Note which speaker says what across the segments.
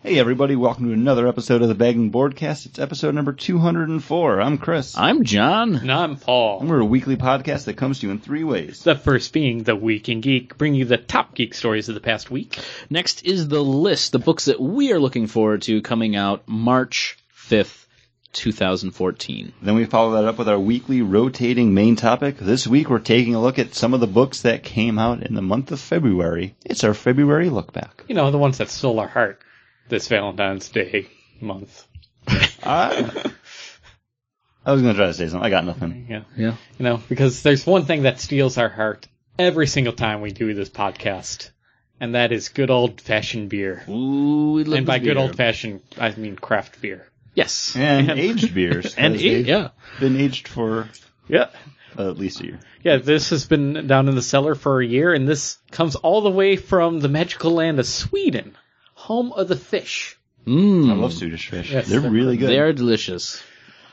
Speaker 1: Hey, everybody, welcome to another episode of the Bagging Boardcast. It's episode number 204. I'm Chris.
Speaker 2: I'm John.
Speaker 3: And I'm Paul.
Speaker 1: and we're a weekly podcast that comes to you in three ways.
Speaker 3: The first being the Week in Geek, bringing you the top geek stories of the past week.
Speaker 2: Next is the list, the books that we are looking forward to coming out March 5th, 2014.
Speaker 1: Then we follow that up with our weekly rotating main topic. This week, we're taking a look at some of the books that came out in the month of February. It's our February look back.
Speaker 3: You know, the ones that stole our heart this Valentine's Day month.
Speaker 2: Ah.
Speaker 1: I, I was going to try to say something. I got nothing.
Speaker 3: Yeah.
Speaker 2: Yeah.
Speaker 3: You know, because there's one thing that steals our heart every single time we do this podcast, and that is good old fashioned beer.
Speaker 2: Ooh, we love
Speaker 3: And by
Speaker 2: this
Speaker 3: good
Speaker 2: beer.
Speaker 3: old fashioned, I mean craft beer.
Speaker 2: Yes.
Speaker 1: And aged beers.
Speaker 2: And
Speaker 1: as
Speaker 2: e-
Speaker 1: they've
Speaker 2: yeah.
Speaker 1: Been aged for
Speaker 3: Yeah.
Speaker 1: uh, at least a year.
Speaker 3: Yeah, this has been down in the cellar for a year, and this comes all the way from the magical land of Sweden, home of the fish.
Speaker 2: Mm.
Speaker 1: I love Swedish fish.
Speaker 3: Yes,
Speaker 1: they're
Speaker 3: they're-
Speaker 1: really good.
Speaker 2: They are delicious.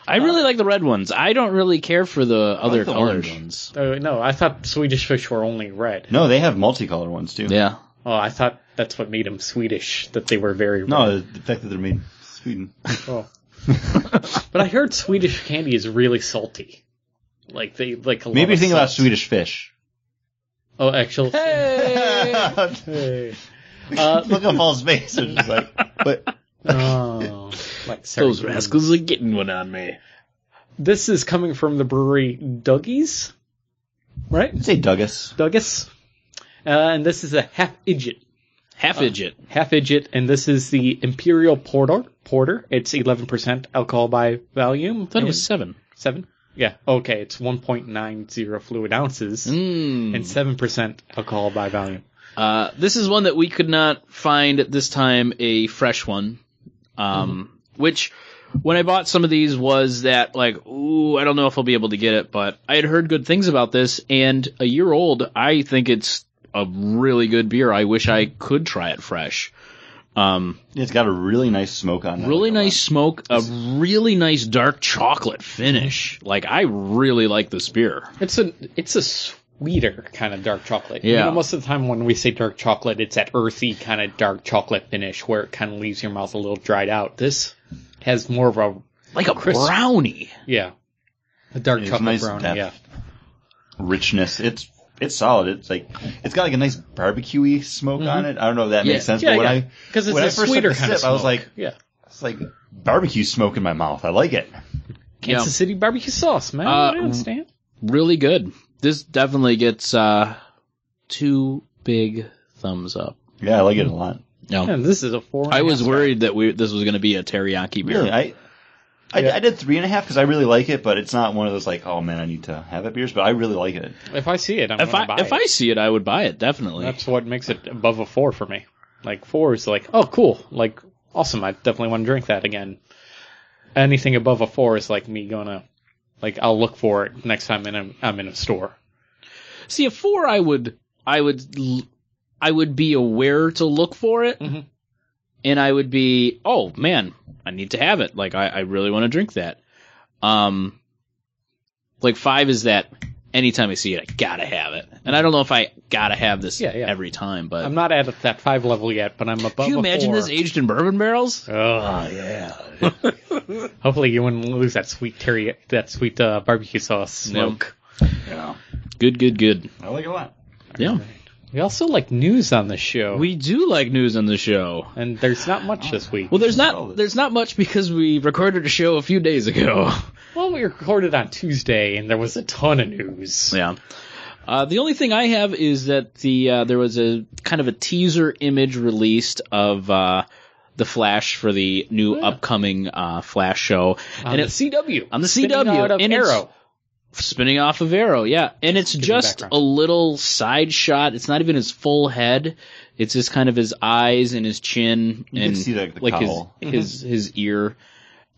Speaker 2: I really like the red ones. I don't really care for the other
Speaker 1: the
Speaker 2: colored
Speaker 1: orange.
Speaker 2: ones.
Speaker 3: Oh, no, I thought Swedish fish were only red.
Speaker 1: no, they have multicolor ones too.
Speaker 2: Yeah.
Speaker 3: Oh, I thought that's what made them Swedish, that they were very red.
Speaker 1: No, the fact that they're made in Sweden.
Speaker 3: Oh. but I heard Swedish candy is really salty. Like they like a lot
Speaker 1: Maybe
Speaker 3: of
Speaker 1: think
Speaker 3: salt.
Speaker 1: about Swedish fish.
Speaker 3: Oh, actually,
Speaker 1: Look
Speaker 3: Hey. Uh,
Speaker 1: at Paul's face. It's just like, but
Speaker 3: oh, like
Speaker 2: Those
Speaker 3: sardines.
Speaker 2: rascals are getting one on me.
Speaker 3: This is coming from the brewery Dougie's, right?
Speaker 1: I'd say Douglas.
Speaker 3: Douglas, uh, and this is a half idiot
Speaker 2: Half idjit.
Speaker 3: half idiot, and this is the Imperial Porter. Porter. It's eleven percent alcohol by volume.
Speaker 2: I thought it
Speaker 3: and-
Speaker 2: was seven.
Speaker 3: Seven? Yeah. Okay, it's 1.90 fluid ounces
Speaker 2: Mm.
Speaker 1: Hmm.
Speaker 3: and 7% alcohol by volume.
Speaker 2: Uh, this is one that we could not find at this time a fresh one. Um,
Speaker 1: Mm-hmm.
Speaker 2: which when I bought some of these was that like, ooh, I don't know if I'll be able to get it, but I had heard good things about this and a year old, I think it's a really good beer. I wish I could try it fresh. Um,
Speaker 1: It's got a really nice smoke on it.
Speaker 2: really
Speaker 1: Like,
Speaker 2: nice smoke, a really nice dark chocolate finish. Like I really like this beer.
Speaker 3: It's a it's a sweeter kind of dark chocolate.
Speaker 2: Yeah.
Speaker 3: You know, most of the time when we say dark chocolate, it's that earthy kind of dark chocolate finish where it kind of leaves your mouth a little dried out. This has more of a
Speaker 2: Like a brownie.
Speaker 3: yeah, a dark
Speaker 1: It's
Speaker 3: chocolate
Speaker 1: nice
Speaker 3: brownie.
Speaker 1: depth.
Speaker 3: Yeah.
Speaker 1: a lot of richness. It's it's solid. It's like it's got like a nice barbecuey smoke on it. I don't know if that
Speaker 2: Yeah.
Speaker 1: makes sense,
Speaker 3: Mm-hmm. Yeah,
Speaker 1: but when
Speaker 3: yeah.
Speaker 1: I
Speaker 3: Because it's
Speaker 1: when
Speaker 3: a
Speaker 1: I first took
Speaker 3: sweeter
Speaker 1: the
Speaker 3: kind of
Speaker 1: sip, I was
Speaker 3: smoke.
Speaker 1: like-
Speaker 3: yeah,
Speaker 1: it's like barbecue smoke in my mouth. I like it.
Speaker 3: Kansas City barbecue sauce, man.
Speaker 2: Uh,
Speaker 3: I understand.
Speaker 2: really good. This definitely gets uh two big thumbs up.
Speaker 1: Yeah, I like it a lot.
Speaker 2: No,
Speaker 3: Yeah, this is a four. and a
Speaker 2: I was
Speaker 3: half star.
Speaker 2: worried that we this was going to be a teriyaki beer.
Speaker 1: Really, I. I,
Speaker 3: Yeah.
Speaker 1: I did three and a half because I really like it, but it's not one of those like, oh man, I need to have it beers. But I really like it.
Speaker 3: If I see it, I'm
Speaker 2: if
Speaker 3: gonna
Speaker 2: I
Speaker 3: buy
Speaker 2: if
Speaker 3: it.
Speaker 2: I see it, I would buy it definitely.
Speaker 3: That's what makes it above a four for me. Like four is like, oh, cool, like awesome. I definitely want to drink that again. Anything above a four is like me gonna, like I'll look for it next time in a, I'm in a store.
Speaker 2: see, a four, I would I would l- I would be aware to look for it,
Speaker 3: Mhm.
Speaker 2: and I would be oh man, I need to have it. Like I, I really want to drink that. Um, like five is that anytime I see it, I gotta have it, and I don't know if I gotta have this
Speaker 3: Yeah, yeah.
Speaker 2: every time, but
Speaker 3: I'm not at that five level yet, but I'm above.
Speaker 2: Can you
Speaker 3: a
Speaker 2: imagine
Speaker 3: four.
Speaker 2: this e- aged in bourbon barrels?
Speaker 3: Ugh.
Speaker 2: yeah.
Speaker 3: Hopefully you wouldn't lose that sweet terry, that sweet uh, barbecue sauce smoke.
Speaker 1: Yeah,
Speaker 2: Good, good, good.
Speaker 1: I like it a lot.
Speaker 2: Yeah.
Speaker 3: We also like news on the show,
Speaker 2: We do like news on the show.
Speaker 3: and there's not much this week.
Speaker 2: Well, there's
Speaker 1: Solid.
Speaker 2: not there's not much because we recorded a show a few days ago.
Speaker 3: Well, we recorded on Tuesday, and there was a ton of news.
Speaker 2: Yeah. Uh, the only thing I have is that the uh, there was a kind of a teaser image released of uh, the Flash for the new upcoming uh, Flash show,
Speaker 3: On
Speaker 2: and
Speaker 3: the
Speaker 2: it's
Speaker 3: CW.
Speaker 2: on the
Speaker 3: Spinning
Speaker 2: CW,
Speaker 3: out of
Speaker 2: and it's-
Speaker 3: Arrow.
Speaker 2: spinning off of Arrow, yeah. And it's
Speaker 3: me
Speaker 2: just
Speaker 3: background.
Speaker 2: a little side shot. It's not even his full head. It's just kind of his eyes and his chin
Speaker 1: You can
Speaker 2: and
Speaker 1: see, like, the
Speaker 2: his
Speaker 1: cowl.
Speaker 2: his
Speaker 3: Mm-hmm.
Speaker 2: his ear.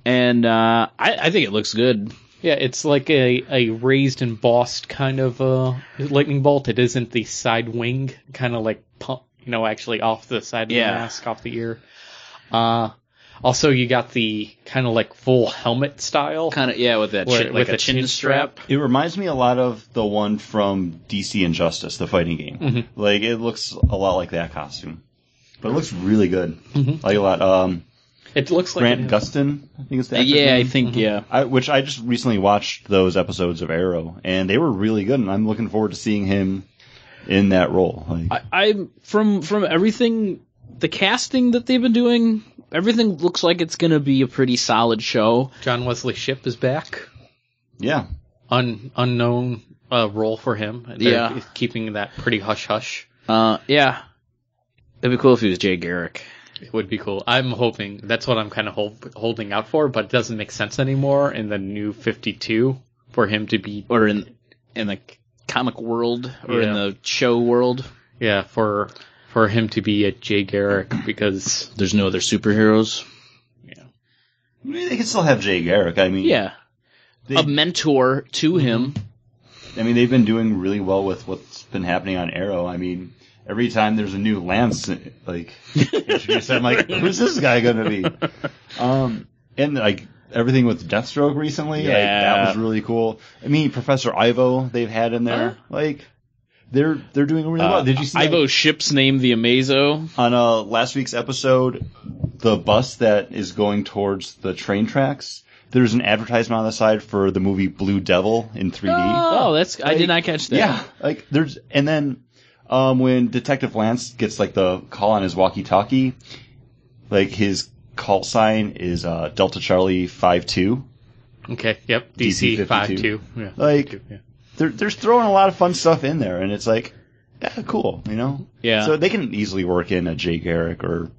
Speaker 2: And uh, I, I think it looks good.
Speaker 3: Yeah, it's like a, a raised embossed kind of uh, lightning bolt. It isn't the side wing, kind of like pump, you know, actually off the side of
Speaker 2: Yeah.
Speaker 3: the mask, off the ear. Uh, also, you got the kind of like full helmet style.
Speaker 2: Kind of yeah, with that
Speaker 3: Where-
Speaker 2: chin, like
Speaker 3: with
Speaker 2: a
Speaker 3: the
Speaker 2: chin,
Speaker 3: chin
Speaker 2: strap.
Speaker 1: It reminds me a lot of the one
Speaker 2: Mm-hmm.
Speaker 1: from DC Injustice, the fighting game. Like it looks a lot like that costume. But it looks really good.
Speaker 2: Mm-hmm.
Speaker 3: Mhm.
Speaker 1: I like it a lot. Um,
Speaker 3: It looks like
Speaker 1: Grant
Speaker 3: it-
Speaker 1: Gustin, I think it's the actor's
Speaker 2: yeah, I
Speaker 1: name.
Speaker 3: Mm-hmm.
Speaker 2: think yeah.
Speaker 1: I, which I just recently watched those episodes of Arrow, and they were really good, and I'm looking forward to seeing him in that role. Like,
Speaker 2: I, I'm from from everything the casting that they've been doing. Everything looks like it's gonna be a pretty solid show.
Speaker 3: John Wesley Ship is back.
Speaker 1: yeah,
Speaker 3: Un, unknown uh, role for him. They're
Speaker 2: Yeah.
Speaker 3: keeping that pretty hush hush.
Speaker 2: Uh, yeah, it'd be cool if he was Jay Garrick.
Speaker 3: It would be cool. I'm hoping that's what I'm kind of hold, holding out for, but it doesn't make sense anymore in the new 52 for him to be
Speaker 2: or in in the comic world or in
Speaker 3: Yeah.
Speaker 2: the show world.
Speaker 3: yeah for for him to be a Jay Garrick because
Speaker 2: There's no other superheroes.
Speaker 1: I mean, they can still have Jay Garrick. I mean,
Speaker 2: Yeah,
Speaker 1: they,
Speaker 2: a mentor to
Speaker 3: Mm-hmm.
Speaker 2: him.
Speaker 1: I mean, they've been doing really well with what's been happening on Arrow. I mean, every time there's a new Lance, like introduced, I'm like, who's this guy going to be? Um, and like everything with Deathstroke recently, like, that
Speaker 2: Yeah.
Speaker 1: was really cool. I mean, Professor Ivo, they've had in there, like. They're they're doing really well. Did you see that-
Speaker 2: Ivo Ship's name, the Amazo?
Speaker 1: on uh, last week's episode, the bus that is going towards the train tracks, there's an advertisement on the side for the movie Blue Devil in 3D.
Speaker 2: Oh, that's I did not catch that.
Speaker 1: yeah, like there's, and then um, when Detective Lance gets like the call on his walkie-talkie, like his call sign is uh, Delta Charlie Five Two.
Speaker 3: okay yep
Speaker 1: DC 52.
Speaker 3: DC 52 yeah
Speaker 1: Like
Speaker 3: yeah.
Speaker 1: they're they're throwing a lot of fun stuff in there, and it's like, yeah, cool, you know.
Speaker 2: Yeah.
Speaker 1: So they can easily work in a Jay Garrick or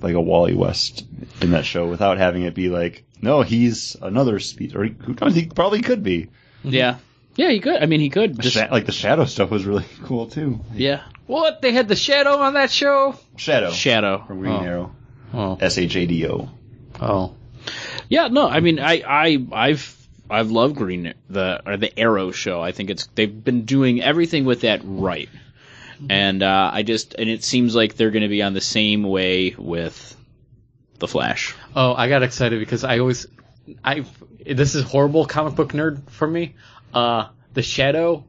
Speaker 1: like a Wally West in that show without having it be like, no, he's another speed, or who knows, he probably could be.
Speaker 2: yeah, yeah. He could. I mean, he could.
Speaker 1: The
Speaker 2: Just
Speaker 1: sha- like the Shadow stuff was really cool too.
Speaker 2: yeah.
Speaker 3: What they had the shadow on that show?
Speaker 1: Shadow
Speaker 2: Shadow.
Speaker 1: from Green
Speaker 3: Oh.
Speaker 1: Arrow,
Speaker 3: Oh
Speaker 1: S H A D O.
Speaker 3: oh
Speaker 2: Yeah. No. I mean, I I I've. I've loved Green the or the Arrow show. I think it's they've been doing everything with that right, and uh, I just and it seems like they're going to be on the same way with the Flash.
Speaker 3: Oh, I got excited because I always, I this is horrible comic book nerd for me. Uh, the Shadow,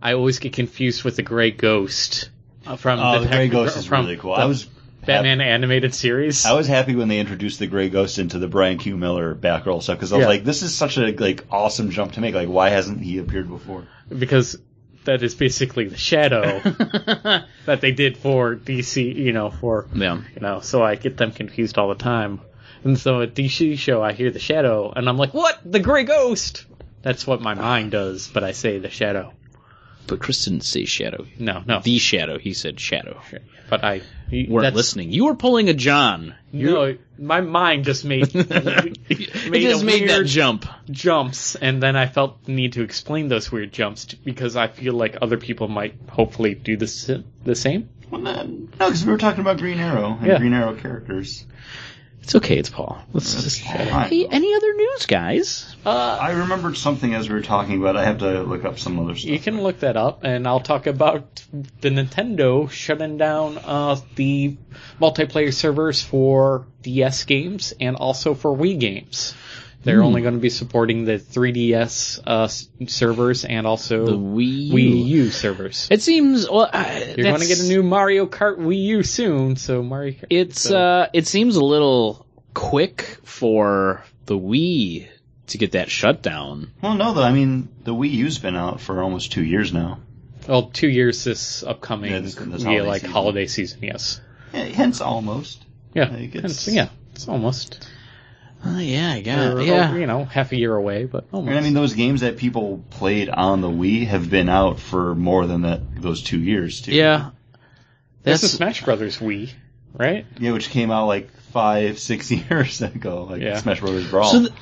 Speaker 3: I always get confused with the Gray Ghost from
Speaker 1: Oh, the Gray
Speaker 3: Detective-
Speaker 1: Ghost is
Speaker 3: from
Speaker 1: really cool.
Speaker 3: the
Speaker 1: I was
Speaker 3: Batman animated series.
Speaker 1: I was happy when they introduced the Gray Ghost into the Brian Q. Miller Batgirl stuff because I was
Speaker 3: Yeah.
Speaker 1: like, this is such a like awesome jump to make. Like, why hasn't he appeared before?
Speaker 3: because that is basically the Shadow that they did for DC. You know, for
Speaker 2: Yeah.
Speaker 3: you know, so I get them confused all the time. And so at DC show, I hear the Shadow, and I'm like, what? The Gray Ghost? That's what my mind does, but I say the Shadow.
Speaker 2: But Chris didn't say shadow.
Speaker 3: No, no.
Speaker 2: The shadow. He said shadow.
Speaker 3: but I you-
Speaker 2: Weren't
Speaker 3: that's-
Speaker 2: listening. You were pulling a John.
Speaker 3: No, my mind just made made,
Speaker 2: It just
Speaker 3: a
Speaker 2: made that
Speaker 3: weird
Speaker 2: jump.
Speaker 3: jumps, and then I felt the need to explain those weird jumps t- because I feel like other people might hopefully do the s- the same.
Speaker 1: Well, no, because we were talking about Green Arrow and
Speaker 3: Yeah.
Speaker 1: Green Arrow characters.
Speaker 2: It's okay. It's Paul. Let's just.
Speaker 1: Fine.
Speaker 2: Hey, any other news, guys?
Speaker 3: Uh,
Speaker 1: I remembered something as we were talking about. it. I have to look up some other stuff.
Speaker 3: You can look that up, and I'll talk about the Nintendo shutting down uh, the multiplayer servers for DS games and also for Wii games. They're only
Speaker 1: Hmm.
Speaker 3: going to be supporting the 3DS uh, s- servers and also
Speaker 2: The Wii U.
Speaker 3: Wii U servers.
Speaker 2: It seems. Well, I,
Speaker 3: You're going to get a new Mario Kart Wii U soon, so Mario Kart.
Speaker 2: It's.
Speaker 3: so-
Speaker 2: uh It seems a little quick for the Wii to get that shutdown.
Speaker 1: Well, no, though. I mean, the Wii U's been out for almost two years now.
Speaker 3: well, two years this upcoming
Speaker 1: Yeah, this- this
Speaker 3: yeah,
Speaker 1: holiday
Speaker 3: like
Speaker 1: season.
Speaker 3: holiday season. Yes,
Speaker 1: Yeah, hence, almost.
Speaker 3: yeah,
Speaker 1: I think
Speaker 3: it's,
Speaker 1: it's-
Speaker 3: yeah, it's almost
Speaker 2: Oh yeah, I
Speaker 3: or,
Speaker 2: got it.
Speaker 3: or, you know half a year away, but almost.
Speaker 1: And Uh, I mean, those games that people played on the Wii have been out for more than that those two years too.
Speaker 2: Yeah.
Speaker 3: this is
Speaker 2: That's
Speaker 3: Smash Brothers Wii, right?
Speaker 1: yeah, which came out like five, six years ago, like
Speaker 3: Yeah.
Speaker 1: Smash Brothers Brawl.
Speaker 2: so. th-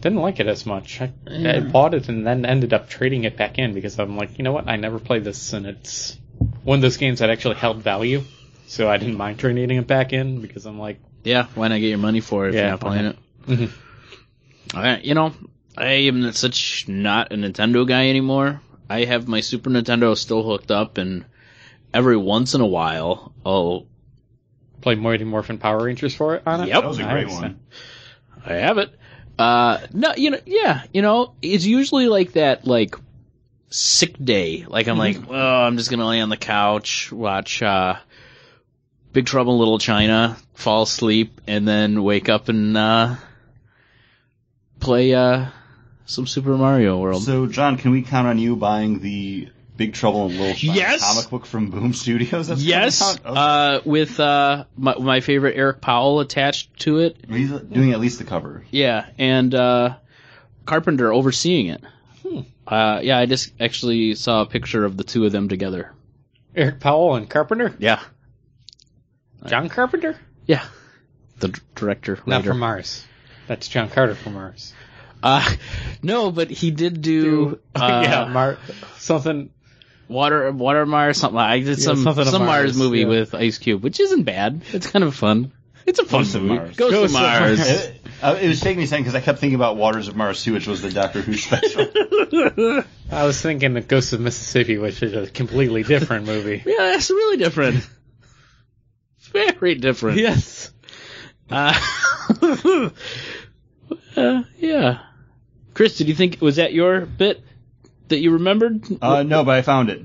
Speaker 3: Didn't like it as much. I, I bought it and then ended up trading it back in because I'm like, you know what? I never played this, and it's one of those games that actually held value. So I didn't mind trading it back in because I'm like,
Speaker 2: Yeah, why not get your money for it if
Speaker 3: Yeah, Mm-hmm.
Speaker 2: you're not playing it? All right, you know, I am such not a Nintendo guy anymore. I have my Super Nintendo still hooked up, and every once in a while, I'll
Speaker 3: play Mighty Morphin Power Rangers for it on it.
Speaker 2: Yep.
Speaker 1: that was a
Speaker 3: I
Speaker 1: great
Speaker 3: understand.
Speaker 1: one.
Speaker 2: I have it. Uh, no, you know, yeah, you know, it's usually like that, like sick day. Like I'm like, oh, I'm just gonna lay on the couch, watch uh, Big Trouble in Little China, fall asleep, and then wake up and uh, play uh, some Super Mario World.
Speaker 1: So, John, can we count on you buying the Big Trouble in Little China
Speaker 2: Yes!
Speaker 1: comic book from Boom Studios? That's
Speaker 2: yes,
Speaker 1: coming out?
Speaker 2: uh, with uh, my, my favorite Eric Powell attached to it.
Speaker 1: Okay. He's doing at least the cover.
Speaker 2: Yeah, and uh, Carpenter overseeing it.
Speaker 3: Hmm.
Speaker 2: Uh, yeah, I just actually saw a picture of the two of them together.
Speaker 3: Eric Powell and Carpenter.
Speaker 2: Yeah,
Speaker 3: John Carpenter?
Speaker 2: yeah. The d- director,
Speaker 3: Not
Speaker 2: writer.
Speaker 3: from Mars. That's John Carter from Mars.
Speaker 2: uh, no, but he did do uh,
Speaker 3: yeah, Mar- something.
Speaker 2: Water Water Mars something. I did
Speaker 3: Yeah,
Speaker 2: some
Speaker 3: something of
Speaker 2: some Mars,
Speaker 3: Mars,
Speaker 2: movie
Speaker 3: yeah.
Speaker 2: with Ice Cube, which isn't bad. It's kind of fun. It's a fun
Speaker 1: Ghost of
Speaker 2: movie.
Speaker 1: Mars.
Speaker 2: Ghost,
Speaker 3: Ghost
Speaker 2: of
Speaker 3: of
Speaker 2: Mars.
Speaker 1: It, uh, it was taking me a second because I kept thinking about Waters of Mars too, which was the Doctor Who special.
Speaker 3: I was thinking the Ghost of Mississippi, which is a completely different movie.
Speaker 2: Yeah, that's really different. It's very different.
Speaker 3: yes.
Speaker 2: Uh, uh, yeah. Chris, did you think was that your bit that you remembered?
Speaker 1: Uh, no, but I found it.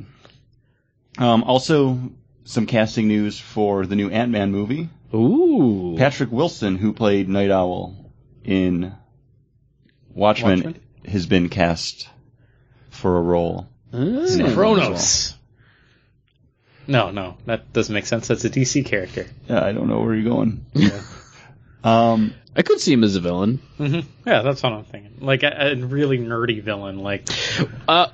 Speaker 1: Um, also, some casting news for the new Ant Man movie.
Speaker 2: Ooh.
Speaker 1: Patrick Wilson, who played Night Owl in Watchmen,
Speaker 3: Watchmen?
Speaker 1: has been cast for a role.
Speaker 2: Oh.
Speaker 1: Kronos.
Speaker 3: Hmm, No, no, that doesn't make sense. That's a DC character.
Speaker 1: Yeah, I don't know where you're going.
Speaker 3: Yeah.
Speaker 1: Um,
Speaker 2: I could see him as a villain.
Speaker 3: hmm
Speaker 1: Mm-hmm.
Speaker 3: Yeah, that's what I'm thinking. Like a, a really nerdy villain. Like
Speaker 2: Uh,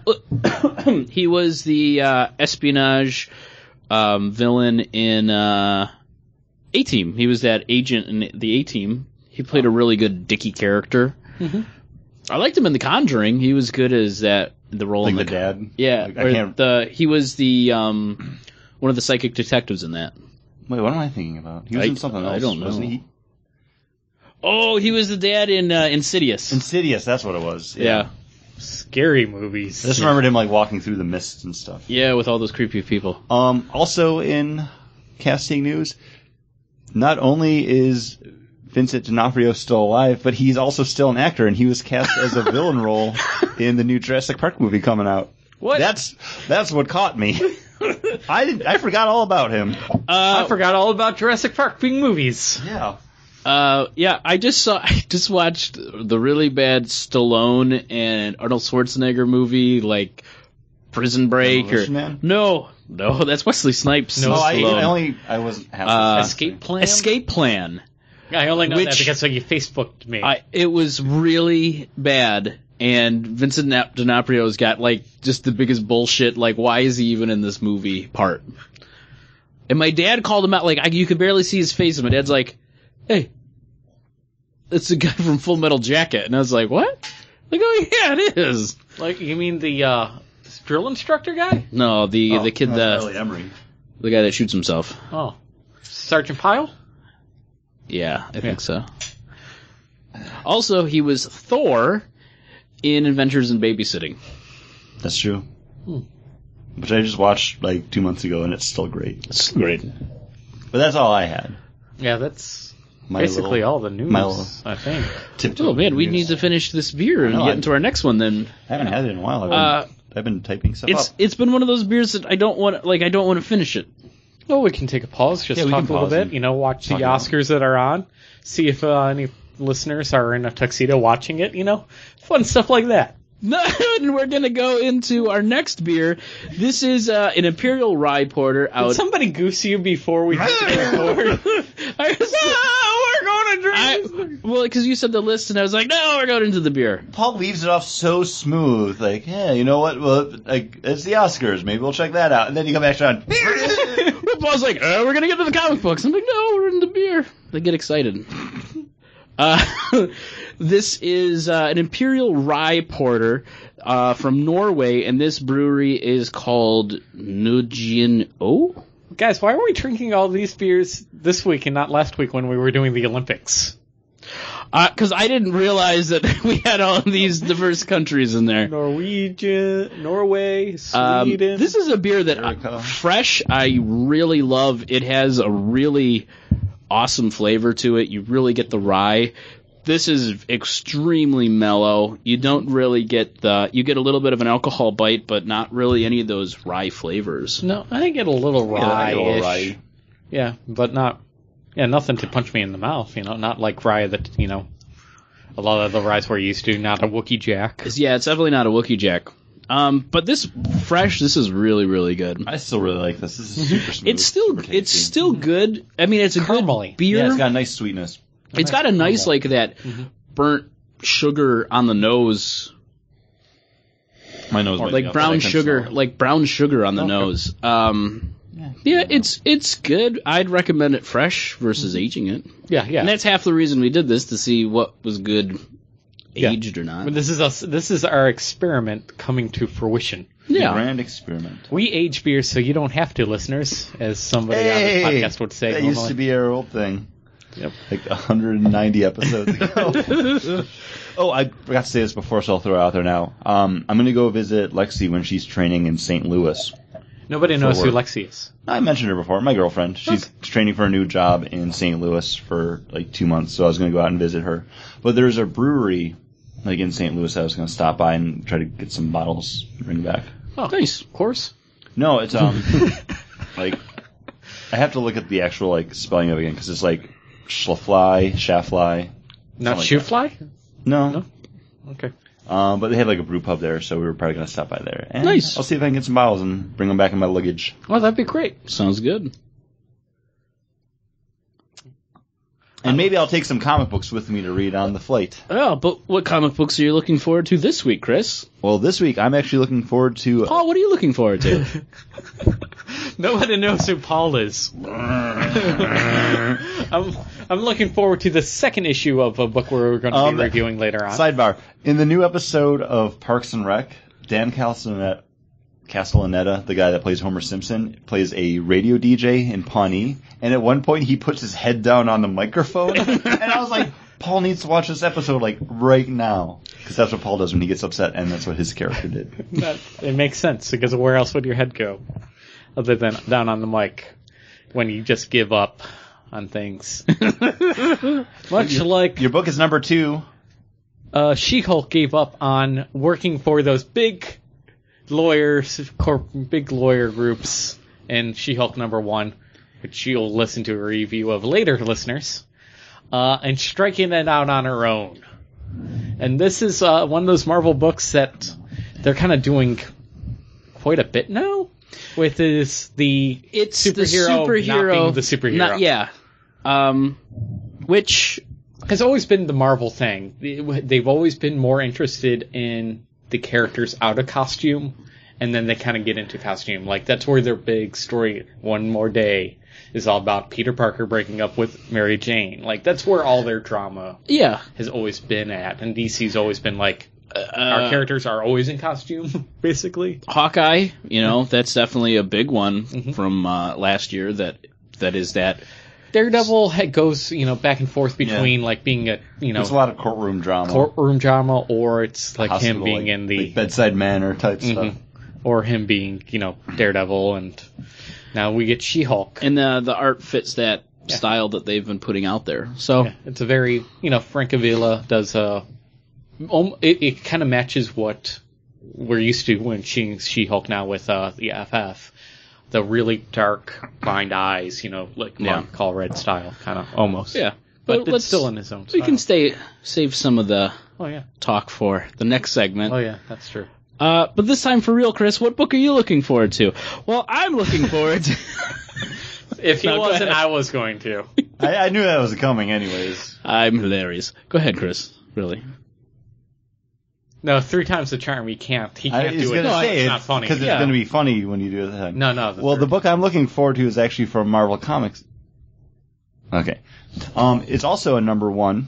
Speaker 2: he was the uh, espionage um, villain in uh, A Team. He was that agent in the A Team. He played a really good Dicky character.
Speaker 1: Mm-hmm.
Speaker 2: I liked him in The Conjuring. He was good as that the role
Speaker 1: like
Speaker 2: in
Speaker 1: the
Speaker 2: the, Con-
Speaker 1: dad.
Speaker 2: Yeah,
Speaker 1: Like,
Speaker 2: or
Speaker 1: I can't.
Speaker 2: the he was the um one of the psychic detectives in that.
Speaker 1: Wait, what am I thinking about? He was
Speaker 2: I-
Speaker 1: in something
Speaker 2: I
Speaker 1: else.
Speaker 2: don't know.
Speaker 1: Wasn't he?
Speaker 2: Oh, he was the dad in uh, Insidious.
Speaker 1: Insidious. That's what it was.
Speaker 2: yeah.
Speaker 3: scary movies.
Speaker 1: I just remembered him like walking through the mist and stuff.
Speaker 2: Yeah, with all those creepy people.
Speaker 1: Um, also in casting news, not only is Vincent D'Onofrio still alive, but he's also still an actor, and he was cast as a villain role in the new Jurassic Park movie coming out.
Speaker 2: What?
Speaker 1: That's that's what caught me. I didn't, I forgot all about him.
Speaker 2: Uh,
Speaker 1: Oh.
Speaker 3: I forgot all about Jurassic Park being movies.
Speaker 1: Yeah.
Speaker 2: Uh, yeah, I just saw, I just watched the really bad Stallone and Arnold Schwarzenegger movie, like Prison Break or
Speaker 1: Demolition Man?
Speaker 2: no, no, that's Wesley Snipes.
Speaker 1: No,
Speaker 2: and
Speaker 1: I,
Speaker 2: Stallone.
Speaker 1: I only I wasn't happy.
Speaker 2: Uh,
Speaker 3: Escape Plan.
Speaker 2: Escape Plan.
Speaker 3: I only know
Speaker 2: Which-
Speaker 3: that because so you Facebooked me.
Speaker 2: I it was really bad, and Vincent Na- D'Onoprio's got like just the biggest bullshit. Like, why is he even in this movie part? And my dad called him out. Like, I, you could barely see his face, and my dad's like, "Hey, that's the guy from Full Metal Jacket," and I was like, "What?" Like, oh yeah, it is.
Speaker 3: like you mean the uh, drill instructor guy?
Speaker 2: No, the
Speaker 1: Oh,
Speaker 2: the kid,
Speaker 1: that's
Speaker 2: the
Speaker 1: Ellie Emery.
Speaker 2: the guy that shoots himself.
Speaker 3: Oh, Sergeant Pyle.
Speaker 2: Yeah, I think so. Also, he was Thor in Adventures in Babysitting.
Speaker 1: That's true.
Speaker 3: Hmm.
Speaker 1: Which I just watched like two months ago, and it's still great.
Speaker 2: It's great.
Speaker 1: But that's all I had.
Speaker 3: Yeah, that's
Speaker 1: My
Speaker 3: basically
Speaker 1: little
Speaker 3: all the news.
Speaker 1: my little-
Speaker 3: I think.
Speaker 1: tip
Speaker 2: Oh man, we
Speaker 1: news.
Speaker 2: need to finish this beer and
Speaker 1: know,
Speaker 2: get
Speaker 1: I'm-
Speaker 2: into our next one. Then
Speaker 1: I haven't had it in a while. I've been,
Speaker 2: Uh,
Speaker 1: I've been typing stuff
Speaker 2: it's
Speaker 1: up.
Speaker 2: it's been one of those beers that I don't want like I don't want to finish it.
Speaker 3: Well, we can take a pause, just
Speaker 1: Yeah, we
Speaker 3: talk
Speaker 1: can
Speaker 3: a little
Speaker 1: pause
Speaker 3: bit.
Speaker 1: and
Speaker 3: You know, watch the
Speaker 1: talk about it.
Speaker 3: Oscars that are on. See if uh, any listeners are in a tuxedo watching it. You know, fun stuff like that.
Speaker 2: No, and we're gonna go into our next beer. This is uh, an imperial rye porter
Speaker 3: Did
Speaker 2: out.
Speaker 3: somebody goose you before we hit record?
Speaker 2: I was-
Speaker 3: no, we're going to
Speaker 2: I- well, because you said the list, and I was like, no, we're going into the beer.
Speaker 1: Paul leaves it off so smooth, like, yeah, you know what? Well, like, it's the Oscars. Maybe we'll check that out. And then you come back down.
Speaker 2: Paul's like, oh, we're gonna get to the comic books. I'm like, no, we're in the beer. They get excited. Uh, this is uh, an imperial rye porter uh, from Norway, and this brewery is called Nujien O.
Speaker 3: Guys, why are we drinking all these beers this week and not last week when we were doing the Olympics?
Speaker 2: Because Uh, I didn't realize that we had all these diverse countries in there.
Speaker 3: Norwegian, Norway,
Speaker 2: Um,
Speaker 3: Sweden.
Speaker 2: this is a beer that
Speaker 1: Erica.
Speaker 2: fresh. I really love. It has a really awesome flavor to it. You really get the rye. This is extremely mellow. You don't really get the. You get a little bit of an alcohol bite, but not really any of those rye flavors.
Speaker 3: no, I get a little
Speaker 1: Yeah,
Speaker 3: rye.
Speaker 1: all right.
Speaker 3: Yeah, but not. Yeah, nothing to punch me in the mouth. You know, not like Rye that you know. A lot of the Ryes we're used to, not a Wookie Jack.
Speaker 2: It's- yeah, it's definitely not a Wookiee Jack. Um, but this fresh, this is really, really good.
Speaker 1: I still really like this. This is super smooth.
Speaker 2: It's still,
Speaker 1: super tasty.
Speaker 2: it's still good. I mean, it's a
Speaker 3: Caramely.
Speaker 2: good beer.
Speaker 1: Yeah, it's got a nice sweetness.
Speaker 2: it's got a nice like that burnt sugar on the nose,
Speaker 1: My nose might be
Speaker 2: like
Speaker 1: up,
Speaker 2: brown
Speaker 1: but I can
Speaker 2: sugar,
Speaker 1: smell it.
Speaker 2: like brown sugar on the nose. Um, yeah, it's it's good. I'd recommend it fresh versus aging it,
Speaker 3: Yeah, yeah.
Speaker 2: and that's half the reason we did this to see what was good,
Speaker 3: Yeah.
Speaker 2: aged or not.
Speaker 3: But this is us. This is our experiment coming to fruition.
Speaker 2: yeah,
Speaker 1: grand experiment.
Speaker 3: We age beer, so you don't have to, listeners, as somebody on the podcast would say.
Speaker 1: that
Speaker 3: normally.
Speaker 1: used to be our old thing.
Speaker 3: Yep.
Speaker 1: Like 190 episodes ago. oh, I forgot to say this before, so I'll throw it out there now. Um, I'm going to go visit Lexi when she's training in St. Louis.
Speaker 3: Nobody knows who
Speaker 1: work.
Speaker 3: Lexi is.
Speaker 1: I mentioned her before. My girlfriend. She's training for a new job in St. Louis for like two months, so I was going to go out and visit her. But there's a brewery like in St. Louis. I was going to stop by and try to get some bottles, and bring back.
Speaker 3: Oh,
Speaker 2: Nice.
Speaker 3: Of course.
Speaker 1: No, it's um, like I have to look at the actual like spelling of it again because it's like Schlafly, Shafly.
Speaker 3: Not
Speaker 1: like
Speaker 3: shoe
Speaker 1: that.
Speaker 3: fly?
Speaker 1: No,
Speaker 3: No? Okay.
Speaker 1: Um, but they had like a brew pub there, so we were probably going to stop by there. And
Speaker 2: Nice.
Speaker 1: I'll see if I can get some bottles and bring them back in my luggage.
Speaker 3: Well, that'd be great.
Speaker 2: sounds good.
Speaker 1: And maybe I'll take some comic books with me to read on the flight.
Speaker 2: Oh, but what comic books are you looking forward to this week, Chris?
Speaker 1: Well, this week I'm actually looking forward to.
Speaker 2: Paul, what are you looking forward to?
Speaker 3: Nobody knows who Paul is. I'm, I'm looking forward to the second issue of a book we're going to
Speaker 1: Um,
Speaker 3: be reviewing later on.
Speaker 1: Sidebar. In the new episode of Parks and Rec, Dan Castellaneta, Castellaneta, the guy that plays Homer Simpson, plays a radio DJ in Pawnee. And at one point, he puts his head down on the microphone. and I was like, Paul needs to watch this episode, like, right now. Because that's what Paul does when he gets upset, and that's what his character did.
Speaker 3: That- it makes sense because where else would your head go other than down on the mic when you just give up on things? Much like
Speaker 1: Your book is number two.
Speaker 3: uh, She-Hulk gave up on working for those big lawyers, corp, big lawyer groups, and She-Hulk number one, which you'll listen to a review of later, listeners, uh, and striking it out on her own. And this is uh, one of those Marvel books that they're kind of doing quite a bit now. With is the
Speaker 2: it's the
Speaker 3: superhero,
Speaker 2: superhero
Speaker 3: not being the superhero.
Speaker 2: Not, yeah. Um, which
Speaker 3: has always been the Marvel thing. They've always been more interested in the characters out of costume, and then they kind of get into costume. Like that's where their big story, One More Day, is all about Peter Parker breaking up with Mary Jane. Like that's where all their drama
Speaker 2: yeah.
Speaker 3: has always been at, and DC's always been like.
Speaker 1: Uh,
Speaker 3: our characters are always in costume, basically.
Speaker 2: Hawkeye, you know,
Speaker 3: Mm-hmm.
Speaker 2: that's definitely a big one from uh, last year that that is that
Speaker 3: Daredevil ha- goes, you know, back and forth between like being a, you know,
Speaker 1: There's a lot of courtroom drama.
Speaker 3: courtroom drama, or it's like
Speaker 1: hospital,
Speaker 3: him being
Speaker 1: like-
Speaker 3: in the Mm-hmm.
Speaker 1: like bedside manner type stuff.
Speaker 3: or him being, you know, Daredevil, and now we get She-Hulk.
Speaker 2: and uh, the the art fits that style that they've been putting out there. So
Speaker 3: It's a very, you know, Frank Avila does a. Um, it it kind of matches what we're used to when seeing She-Hulk now with uh, the FF, the really dark, blind eyes, you know, like Mark
Speaker 2: Yeah.
Speaker 3: Colred style, kind of almost.
Speaker 2: yeah,
Speaker 3: but,
Speaker 2: Well,
Speaker 3: it's still in his own.
Speaker 2: we can
Speaker 3: style.
Speaker 2: stay save some of the
Speaker 3: Oh yeah.
Speaker 2: talk for the next segment.
Speaker 3: Oh yeah. That's true.
Speaker 2: Uh, but this time for real, Chris, what book are you looking forward to? Well, I'm looking forward to
Speaker 3: If he
Speaker 2: No, go
Speaker 3: wasn't,
Speaker 2: ahead.
Speaker 3: I was going to.
Speaker 1: I, I knew that was coming, anyways.
Speaker 2: I'm hilarious. Go ahead, Chris. Really.
Speaker 3: No, three times the charm. He can't. He
Speaker 1: I
Speaker 3: can't
Speaker 1: was
Speaker 3: do it.
Speaker 1: gonna
Speaker 3: No,
Speaker 1: say
Speaker 3: it's not funny.
Speaker 1: because it's
Speaker 3: Yeah.
Speaker 1: gonna be funny when you do the thing.
Speaker 3: No, no. The
Speaker 1: well,
Speaker 3: third.
Speaker 1: the book I'm looking forward to is actually from Marvel Comics. Okay, um, it's also a number one.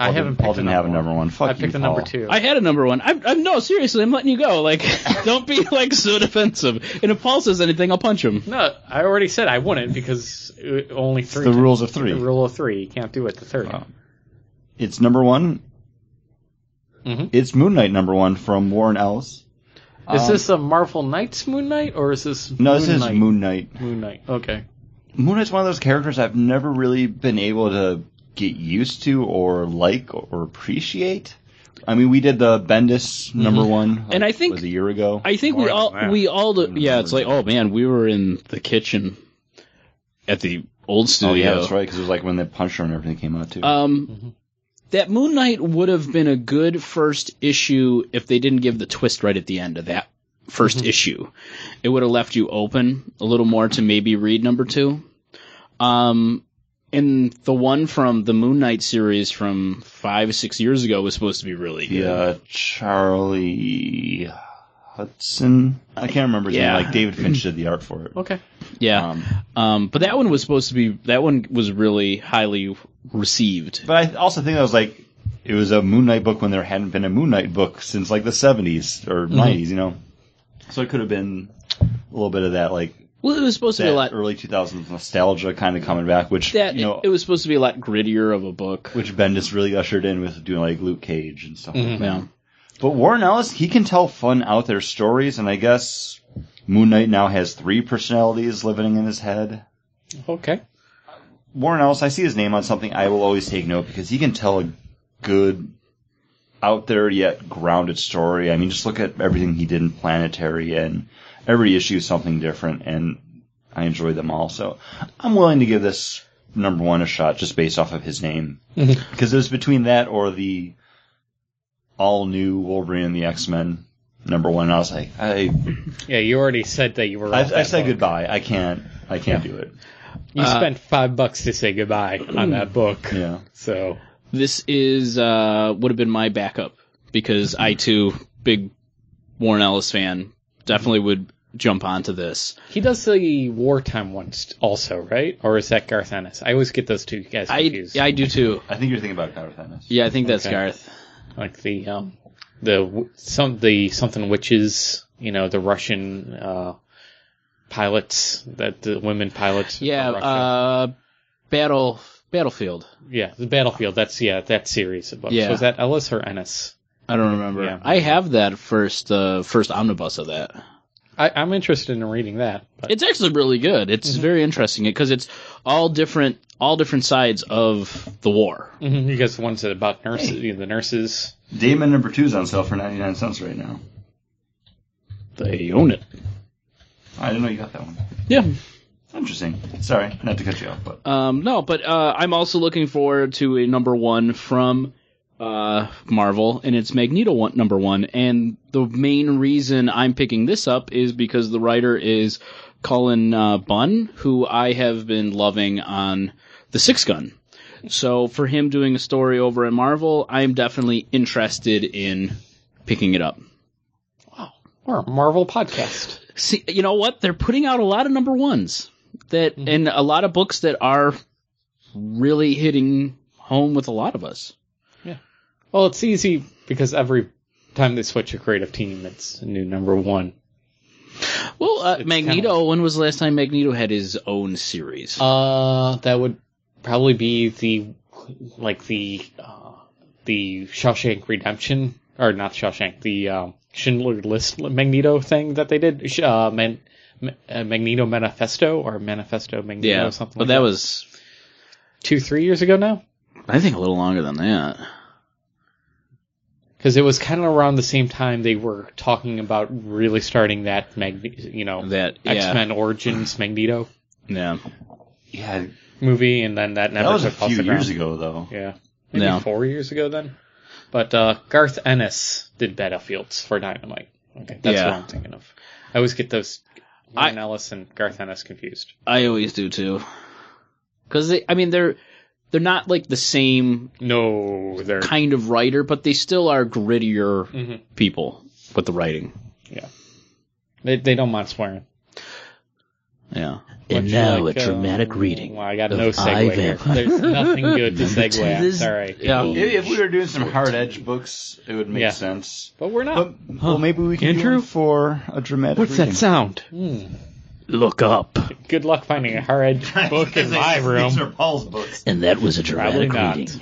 Speaker 3: I
Speaker 1: Paul
Speaker 3: haven't.
Speaker 1: didn't- Paul
Speaker 3: picked a
Speaker 1: didn't have a
Speaker 3: number
Speaker 1: number one. Fuck
Speaker 3: I picked
Speaker 1: you,
Speaker 3: a number
Speaker 1: Paul.
Speaker 3: two.
Speaker 2: I had a number one. I'm, I'm no, seriously, I'm letting you go. Like, don't be like so defensive. And if Paul says anything, I'll punch him.
Speaker 3: no, I already said I wouldn't because uh, only three.
Speaker 1: The rules of three.
Speaker 3: The rule of three. You can't do it the third.
Speaker 1: Oh. It's number one.
Speaker 3: Mhm.
Speaker 1: It's Moon Knight number one from Warren Ellis.
Speaker 3: Is
Speaker 1: Um,
Speaker 3: this a Marvel Knights Moon Knight or is this
Speaker 1: No,
Speaker 3: Moon
Speaker 1: this is
Speaker 3: Knight?
Speaker 1: Moon Knight.
Speaker 3: Moon Knight? Oh, Okay.
Speaker 1: Moon Knight's one of those characters I've never really been able to get used to or like or appreciate. I mean, we did the Bendis number one,
Speaker 2: Mm-hmm. And
Speaker 1: like,
Speaker 2: I think-
Speaker 1: was a year ago.
Speaker 2: I think we
Speaker 3: More
Speaker 2: all
Speaker 3: than that.
Speaker 2: we all do, yeah. It's like, oh man, we were in the kitchen at the old
Speaker 1: Oh
Speaker 2: studio.
Speaker 1: yeah, that's right. Because it was like when the Punisher and everything came out too.
Speaker 2: Um,
Speaker 3: Mhm.
Speaker 2: that Moon Knight would have been a good first issue if they didn't give the twist right at the end of that 1st issue. It would have left you open a little more to maybe read number two. Um, and the one from the Moon Knight series from five six years ago was supposed to be really good.
Speaker 1: the uh, Charlie Hudson. I can't remember his
Speaker 2: Yeah.
Speaker 1: name. Like David Finch did the art for it.
Speaker 3: Okay.
Speaker 2: Yeah.
Speaker 1: Um,
Speaker 2: Um, but that one was supposed to be that one was really highly received.
Speaker 1: but I also think that was like it was a Moon Knight book when there hadn't been a Moon Knight book since like the seventies or
Speaker 2: Mm-hmm.
Speaker 1: 90s you know. So it could have been a little bit of that like
Speaker 2: Well, it was supposed to be
Speaker 1: that
Speaker 2: a lot.
Speaker 1: early two thousands nostalgia kind of coming back, which
Speaker 2: That
Speaker 1: you know,
Speaker 2: it, was supposed to be a lot grittier of a book.
Speaker 1: which Bendis really ushered in with doing like Luke Cage and stuff. Like
Speaker 3: Mhm.
Speaker 1: that.
Speaker 2: Yeah.
Speaker 1: But Warren Ellis, he can tell fun out there stories, and I guess Moon Knight now has three personalities living in his head.
Speaker 3: Okay.
Speaker 1: Warren Ellis, I see his name on something, I will always take note because he can tell a good, out there yet grounded story. I mean, just look at everything he did in Planetary, and every issue is something different, and I enjoy them all. So I'm willing to give this number one a shot just based off of his name.
Speaker 3: Mhm.
Speaker 1: Because it was between that or the all new Wolverine and the X Men number one. And I was like, I,
Speaker 3: Yeah, you already said that you were. off
Speaker 1: I, I
Speaker 3: that
Speaker 1: said
Speaker 3: book.
Speaker 1: goodbye. I can't, I can't do it.
Speaker 3: You
Speaker 2: Uh,
Speaker 3: spent five bucks to say goodbye on that book.
Speaker 1: Yeah.
Speaker 3: So
Speaker 2: This is uh would have been my backup because I too big Warren Ellis fan definitely would jump onto this.
Speaker 3: he does the wartime ones also, right? Or is that Garth Ennis? I always get those two guys
Speaker 2: I
Speaker 3: confused.
Speaker 2: I do too.
Speaker 1: I think you're thinking about Kyra Thanos.
Speaker 2: Yeah, I think that's
Speaker 3: Okay.
Speaker 2: Garth.
Speaker 3: like the um the w- some the something witches you know the russian uh pilots that the women pilots
Speaker 2: Yeah,
Speaker 3: of Russia.
Speaker 2: uh Battle Battlefield.
Speaker 3: yeah the battlefield that's yeah that series of books
Speaker 2: Yeah.
Speaker 3: was that ellis or ennis
Speaker 2: I don't remember.
Speaker 3: Yeah.
Speaker 2: I have that first uh first omnibus of that.
Speaker 3: I, i'm interested in reading that but
Speaker 2: It's actually really good. It's very interesting because it's all different all different sides of the war.
Speaker 3: Mhm, you guys the ones that about nurses you know, the nurses
Speaker 1: Damon number two's on sale for 99 cents right now.
Speaker 2: They own it.
Speaker 1: I didn't know you got that one.
Speaker 2: Yeah.
Speaker 1: Interesting. Sorry, not to cut you off, but
Speaker 2: Um, no, but uh, I'm also looking forward to a number one from uh, Marvel, and it's Magneto one, number one. And the main reason I'm picking this up is because the writer is Colin uh, Bunn, who I have been loving on The Six Gun. So for him doing a story over at Marvel, I'm definitely interested in picking it up.
Speaker 3: or a marvel podcast
Speaker 2: See, you know what? They're putting out a lot of number ones that, and a lot of books that are really hitting home with a lot of us.
Speaker 3: well it's easy because every time they switch a creative team it's a new number one
Speaker 2: Well, uh, Magneto.
Speaker 3: kinda
Speaker 2: When was the last time Magneto had his own series?
Speaker 3: Uh, that would probably be the like the uh, the Shawshank Redemption or not Shawshank, the um, Schindler List Magneto thing that they did, Sh- uh, Man, Ma- uh, Magneto Manifesto or Manifesto Magneto
Speaker 2: yeah,
Speaker 3: something.
Speaker 2: but
Speaker 3: like
Speaker 2: that, was,
Speaker 3: two three years ago now
Speaker 2: I think, a little longer than that.
Speaker 3: because it was kind of around the same time they were talking about really starting that Magne- you know
Speaker 2: That yeah,
Speaker 3: X Men Origins Magneto
Speaker 2: yeah.
Speaker 1: yeah,
Speaker 3: movie, and then that never
Speaker 1: that was a
Speaker 3: took off
Speaker 1: few
Speaker 3: the ground.
Speaker 1: years ago though.
Speaker 3: Yeah. Maybe
Speaker 2: Yeah.
Speaker 3: four years ago then. But uh, Garth Ennis did Battlefields for Dynamite. Okay, that's
Speaker 2: Yeah.
Speaker 3: what I'm thinking of. I always get those
Speaker 2: I-
Speaker 3: Warren Ellis and Garth Ennis confused.
Speaker 2: I always do too. Because they, I mean, they're they're not like the same
Speaker 3: No, they're
Speaker 2: kind of writer, but they still are grittier
Speaker 3: Mhm.
Speaker 2: people with the writing.
Speaker 3: they, they don't mind swearing.
Speaker 2: Yeah.
Speaker 3: Much like, uh, Well, I got
Speaker 2: of
Speaker 3: no segue. Here.
Speaker 2: Ivan.
Speaker 3: There's nothing good to segue. I'm
Speaker 2: This-
Speaker 3: sorry.
Speaker 2: yeah.
Speaker 3: people.
Speaker 1: If, if we were doing some hard edge books, it would make
Speaker 3: Yeah.
Speaker 1: sense.
Speaker 3: But we're not.
Speaker 1: But well, maybe we can
Speaker 2: Andrew?
Speaker 1: do one for a dramatic. reading.
Speaker 2: sound?
Speaker 3: Hmm.
Speaker 2: Look up.
Speaker 3: good luck finding a hard edge book in my room.
Speaker 1: These are Paul's books.
Speaker 2: And that was a
Speaker 3: Probably not.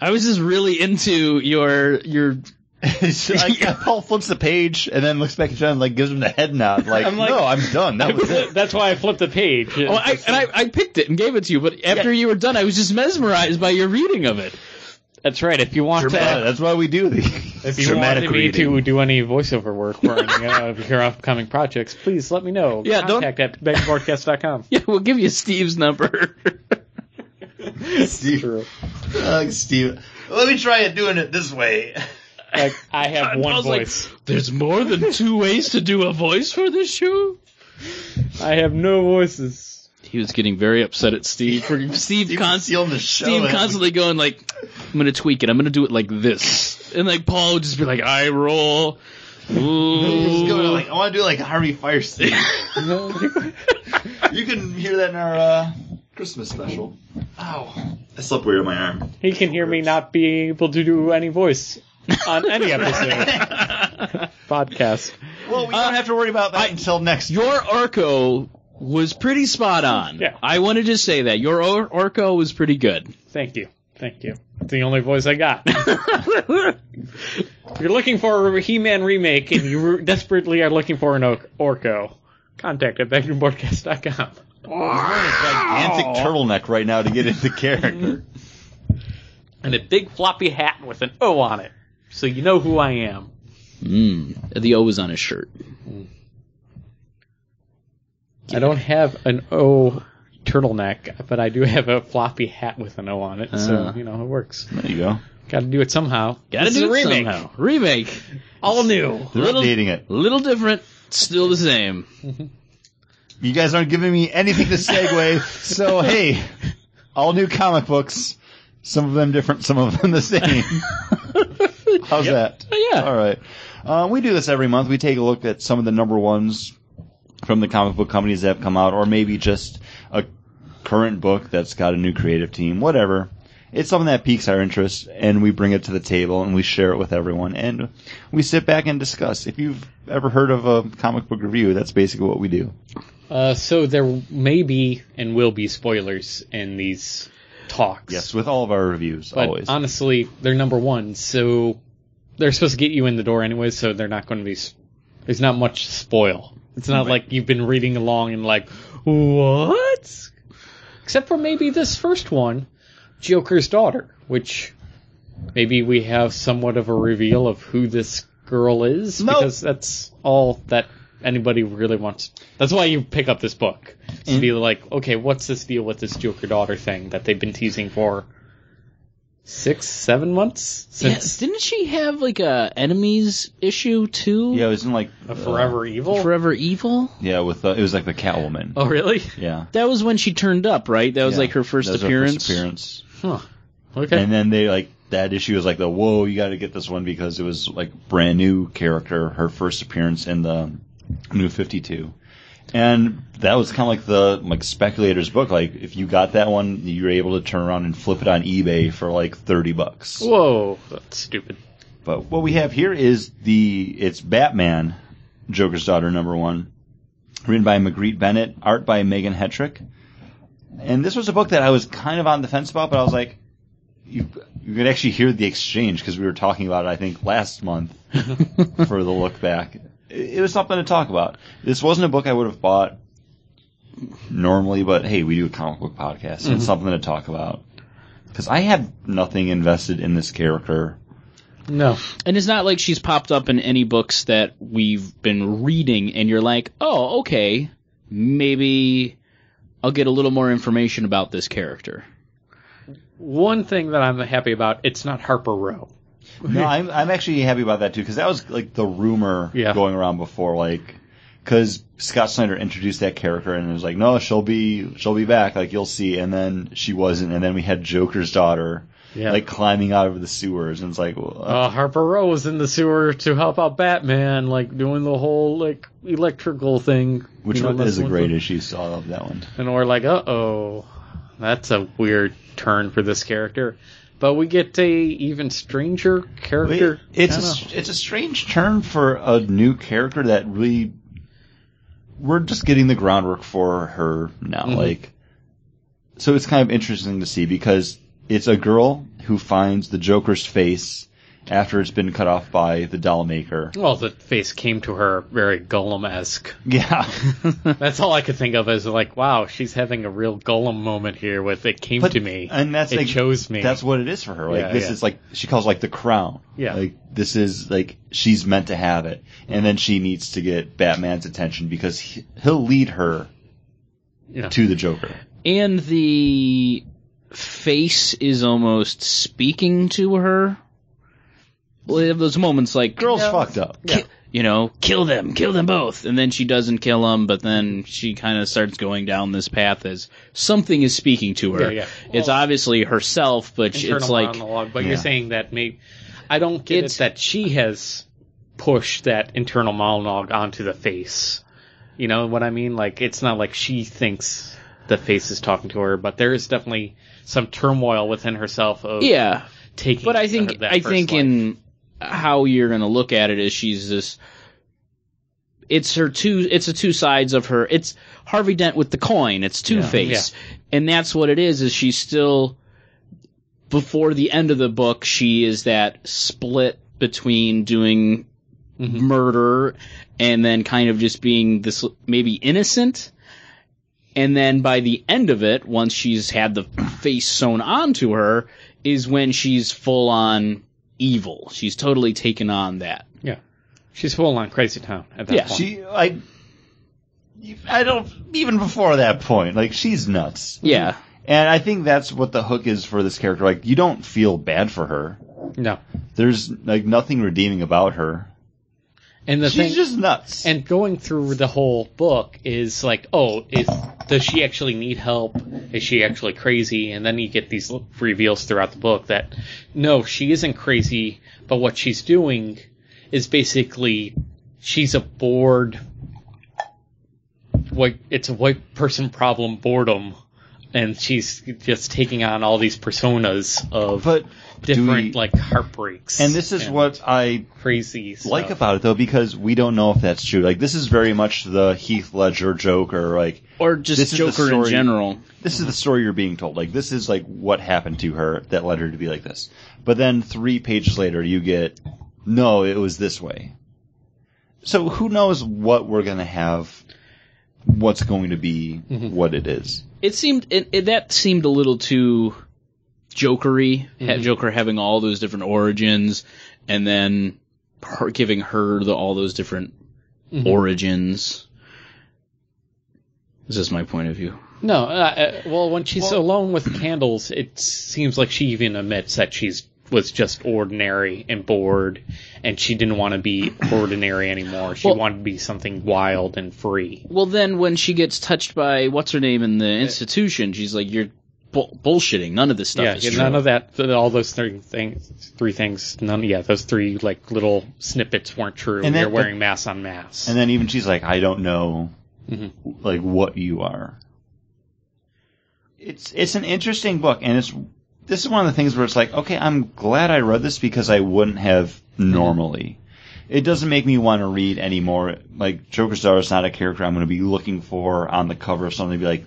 Speaker 2: I was just really into your your
Speaker 1: Like, Paul flips the page and then looks back at John, and, like gives him the head nod, like,
Speaker 3: I'm like-
Speaker 1: "No, I'm done. That was it."
Speaker 3: That's why I flipped the page.
Speaker 2: well, Oh, I, and I, I picked it and gave it to you, but after you were done, I was just mesmerized by your reading of it.
Speaker 3: that's right. If you want to
Speaker 1: that's why we do these.
Speaker 3: If you
Speaker 1: Dramatic
Speaker 3: wanted me
Speaker 1: reading.
Speaker 3: to do any voiceover work for any uh, of your upcoming projects, please let me know.
Speaker 2: Yeah, don't-
Speaker 3: Contact at begbroadcast.com.
Speaker 2: Yeah, we'll give you Steve's number.
Speaker 1: Steve, Ugh, Steve. Let me try it doing it this way.
Speaker 3: Like, I have
Speaker 2: I
Speaker 3: one
Speaker 2: was like,
Speaker 3: voice.
Speaker 2: There's more than two ways to do a voice for this show.
Speaker 3: I have no voices.
Speaker 2: He was getting very upset at Steve for Steve,
Speaker 1: Steve
Speaker 2: constantly.
Speaker 1: concealed the show.
Speaker 2: Steve
Speaker 1: and-
Speaker 2: constantly going like, "I'm gonna tweak it. I'm gonna do it like this," and like Paul would just be like, "I roll."
Speaker 1: He was going
Speaker 2: Ooh.
Speaker 1: like, I want to do like a Harvey Firestein. you can hear that in our uh, Christmas special. Ow. I slept weird on my arm.
Speaker 3: he can hear me not being able to do any voice on any episode podcast.
Speaker 1: Well, we don't have to worry about that until next year.
Speaker 2: Your Orco was pretty spot on.
Speaker 3: Yeah.
Speaker 2: I want to just say that your or- Orco was pretty good.
Speaker 3: Thank you. Thank you. It's the only voice I got. if you're looking for a He-Man remake and you re- desperately are looking for an o- Orco, contact at bedroomboardcast.com.
Speaker 1: Gigantic turtleneck right now to get into character.
Speaker 3: And a big floppy hat with an O on it, so you know who I am.
Speaker 2: Mm. The O was on his shirt.
Speaker 3: I don't have an O turtleneck, but I do have a floppy hat with an O on it, so
Speaker 2: Ah.
Speaker 3: you know it works.
Speaker 1: There you go.
Speaker 3: Got to do it somehow.
Speaker 2: Gotta
Speaker 3: This is
Speaker 2: do
Speaker 3: a
Speaker 2: it
Speaker 3: remake.
Speaker 2: somehow. Remake.
Speaker 3: All new.
Speaker 1: They're
Speaker 2: Little-
Speaker 1: updating it.
Speaker 2: Little different, still the same.
Speaker 1: You guys aren't giving me anything to segue, so hey, all new comic books. Some of them different, some of them the same. How's that?
Speaker 2: yeah.
Speaker 1: All right. Uh, we do this every month. We take a look at some of the number ones from the comic book companies that have come out, or maybe just a current book that's got a new creative team, whatever. It's something that piques our interest, and we bring it to the table and we share it with everyone, and we sit back and discuss. If you've ever heard of a comic book review, that's basically what we do.
Speaker 3: Uh, so there may be and will be spoilers in these talks.
Speaker 1: Yes, with all of our reviews,
Speaker 3: but
Speaker 1: always.
Speaker 3: honestly, they're number one, so they're supposed to get you in the door anyway. So they're not going to be. s- There's not much spoil. It's not like you've been reading along and like what? Except for maybe this first one, Joker's daughter, which maybe we have somewhat of a reveal of who this girl is
Speaker 1: Nope.
Speaker 3: because that's all that anybody really wants. That's why you pick up this book to be like, okay, what's this deal with this Joker daughter thing that they've been teasing for six, seven months
Speaker 2: Yes.
Speaker 3: since
Speaker 2: Didn't she have like a enemies issue too?
Speaker 1: yeah, it was in like
Speaker 3: a Forever Evil.
Speaker 2: Forever Evil.
Speaker 1: yeah, with uh, it was like the Catwoman.
Speaker 3: oh, really?
Speaker 1: Yeah,
Speaker 2: That was when she turned up, right? That was
Speaker 1: Yeah.
Speaker 2: like her first
Speaker 1: That was
Speaker 2: appearance.
Speaker 1: appearance.
Speaker 3: Huh. Okay.
Speaker 1: And then they like that issue was like the whoa, you got to get this one because it was like brand new character, her first appearance in the New Fifty Two, and that was kind of like the like speculator's book. Like if you got that one, you were able to turn around and flip it on eBay for like thirty bucks.
Speaker 3: Whoa, that's stupid.
Speaker 1: But what we have here is the it's Batman, Joker's daughter number one, written by Magritte Bennett, art by Megan Hetrick. And this was a book that I was kind of on the fence about, but I was like, you you could actually hear the exchange because we were talking about it, I think, last month for the look back. It, it was something to talk about. This wasn't a book I would have bought normally, but hey, we do a comic book podcast. and It's something to talk about. Because I had nothing invested in this character
Speaker 3: No.
Speaker 2: And it's not like she's popped up in any books that we've been reading, and you're like, oh, okay, maybe I'll get a little more information about this character.
Speaker 3: One thing that I'm happy about, it's not Harper Row.
Speaker 1: No, I'm I'm actually happy about that too because that was like the rumor
Speaker 3: Yeah.
Speaker 1: going around before, like because Scott Snyder introduced that character and it was like, no, she'll be she'll be back, like you'll see, and then she wasn't, and then we had Joker's daughter
Speaker 3: Yeah.
Speaker 1: like climbing out of the sewers, and it's like, well, uh,
Speaker 3: Uh, Harper Row was in the sewer to help out Batman, like doing the whole like electrical thing.
Speaker 1: which
Speaker 3: you know,
Speaker 1: one is a
Speaker 3: messing with
Speaker 1: great
Speaker 3: them.
Speaker 1: issue? So I love that one.
Speaker 3: And we're like, uh oh, that's a weird turn for this character. But we get a even stranger character.
Speaker 1: it's
Speaker 3: I
Speaker 1: a
Speaker 3: don't know.
Speaker 1: s- it's a strange turn for a new character that really we're just getting the groundwork for her
Speaker 3: Mm-hmm.
Speaker 1: now. Like, so it's kind of interesting to see because it's a girl who finds the Joker's face after it's been cut off by the doll maker.
Speaker 3: Well, the face came to her very Golem esque.
Speaker 1: Yeah,
Speaker 3: That's all I could think of as like, wow, she's having a real Golem moment here with it came
Speaker 1: But-
Speaker 3: to me.
Speaker 1: and that's
Speaker 3: it
Speaker 1: like,
Speaker 3: chose me.
Speaker 1: That's what it is for her. Like
Speaker 3: Yeah,
Speaker 1: this
Speaker 3: yeah.
Speaker 1: is like she calls like the crown.
Speaker 3: Yeah. Mm-hmm.
Speaker 1: like this is like she's meant to have it, and then she needs to get Batman's attention because he, he'll lead her
Speaker 3: Yeah.
Speaker 1: to the Joker.
Speaker 2: and the face is almost speaking to her. Well, they have those moments like
Speaker 1: Girl's
Speaker 2: "Ki-
Speaker 1: fucked up.
Speaker 2: you know, kill them, kill them both, and then she doesn't kill them, but then she kind of starts going down this path as something is speaking to her.
Speaker 3: Yeah, yeah.
Speaker 2: It's
Speaker 3: Well-
Speaker 2: obviously herself, but
Speaker 3: internal
Speaker 2: it's like
Speaker 3: monologue. But
Speaker 1: Yeah.
Speaker 3: you're saying that maybe I don't get
Speaker 2: It's-
Speaker 3: it that she has pushed that internal monologue onto the face. You know what I mean? Like it's not like she thinks the face is talking to her, but there is definitely some turmoil within herself of
Speaker 2: yeah.
Speaker 3: taking.
Speaker 2: But I think
Speaker 3: that
Speaker 2: I
Speaker 3: first
Speaker 2: think
Speaker 3: life.
Speaker 2: in how you're going to look at it is she's this. It's her two. It's the two sides of her. It's Harvey Dent with the coin. It's Two Face, and that's what it is. Is she's still before the end of the book? She is that split between doing
Speaker 1: Mm-hmm.
Speaker 3: Mhm.
Speaker 2: murder and then kind of just being this maybe innocent. And then by the end of it, once she's had the face sewn onto her, is when she's full on evil. She's totally taken on that.
Speaker 3: yeah, she's full on crazy town at that
Speaker 2: Yeah,
Speaker 3: point.
Speaker 1: She, I, I don't even before that point. Like she's nuts,
Speaker 2: Yeah.
Speaker 1: and I think that's what the hook is for this character. Like you don't feel bad for her.
Speaker 3: no,
Speaker 1: There's like nothing redeeming about her.
Speaker 3: and the
Speaker 1: she's
Speaker 3: thing
Speaker 1: just nuts.
Speaker 3: And going through the whole book is like, oh, is does she actually need help? Is she actually crazy? And then you get these l- reveals throughout the book that no, she isn't crazy, but what she's doing is basically she's a bored white it's a white person problem boredom and she's just taking on all these personas of
Speaker 1: but do
Speaker 3: different
Speaker 1: we-
Speaker 3: like heartbreaks.
Speaker 1: and this is what I
Speaker 3: crazy stuff.
Speaker 1: like about it though, because we don't know if that's true. Like this is very much the Heath Ledger Joker. Like
Speaker 2: Or just
Speaker 1: This is the
Speaker 2: Joker in
Speaker 1: story-
Speaker 2: general.
Speaker 1: this is the story you're being told. Like this is like what happened to her that led her to be like this. But then three pages later, you get no, it was this way. So who knows what we're gonna have? What's going to be what it is?
Speaker 2: It seemed it, it, that seemed a little too jokery.
Speaker 3: Mm-hmm.
Speaker 2: ha- Joker having all those different origins, and then her, giving her the, all those different
Speaker 3: Mm-hmm.
Speaker 2: origins. This is my point of view.
Speaker 3: No, uh, uh, well, when she's alone with candles, it seems like she even admits that she's was just ordinary and bored, and she didn't want to be ordinary anymore. She
Speaker 2: Well-
Speaker 3: wanted to be something wild and free.
Speaker 2: Well, then when she gets touched by what's her name in the institution, she's like, "You're bull- bullshitting. None of this stuff
Speaker 3: yeah,
Speaker 2: is
Speaker 3: yeah,
Speaker 2: true."
Speaker 3: none of that. th- All those three things, three things. None. Yeah, those three like little snippets weren't true.
Speaker 1: And that-
Speaker 3: You're wearing mass on mass.
Speaker 1: And then even she's like, I don't know, like what you are. It's it's an interesting book, and it's this is one of the things where it's like, okay, I'm glad I read this because I wouldn't have normally. It doesn't make me want to read anymore. Like Joker Star is not a character I'm going to be looking for on the cover of something. To be like,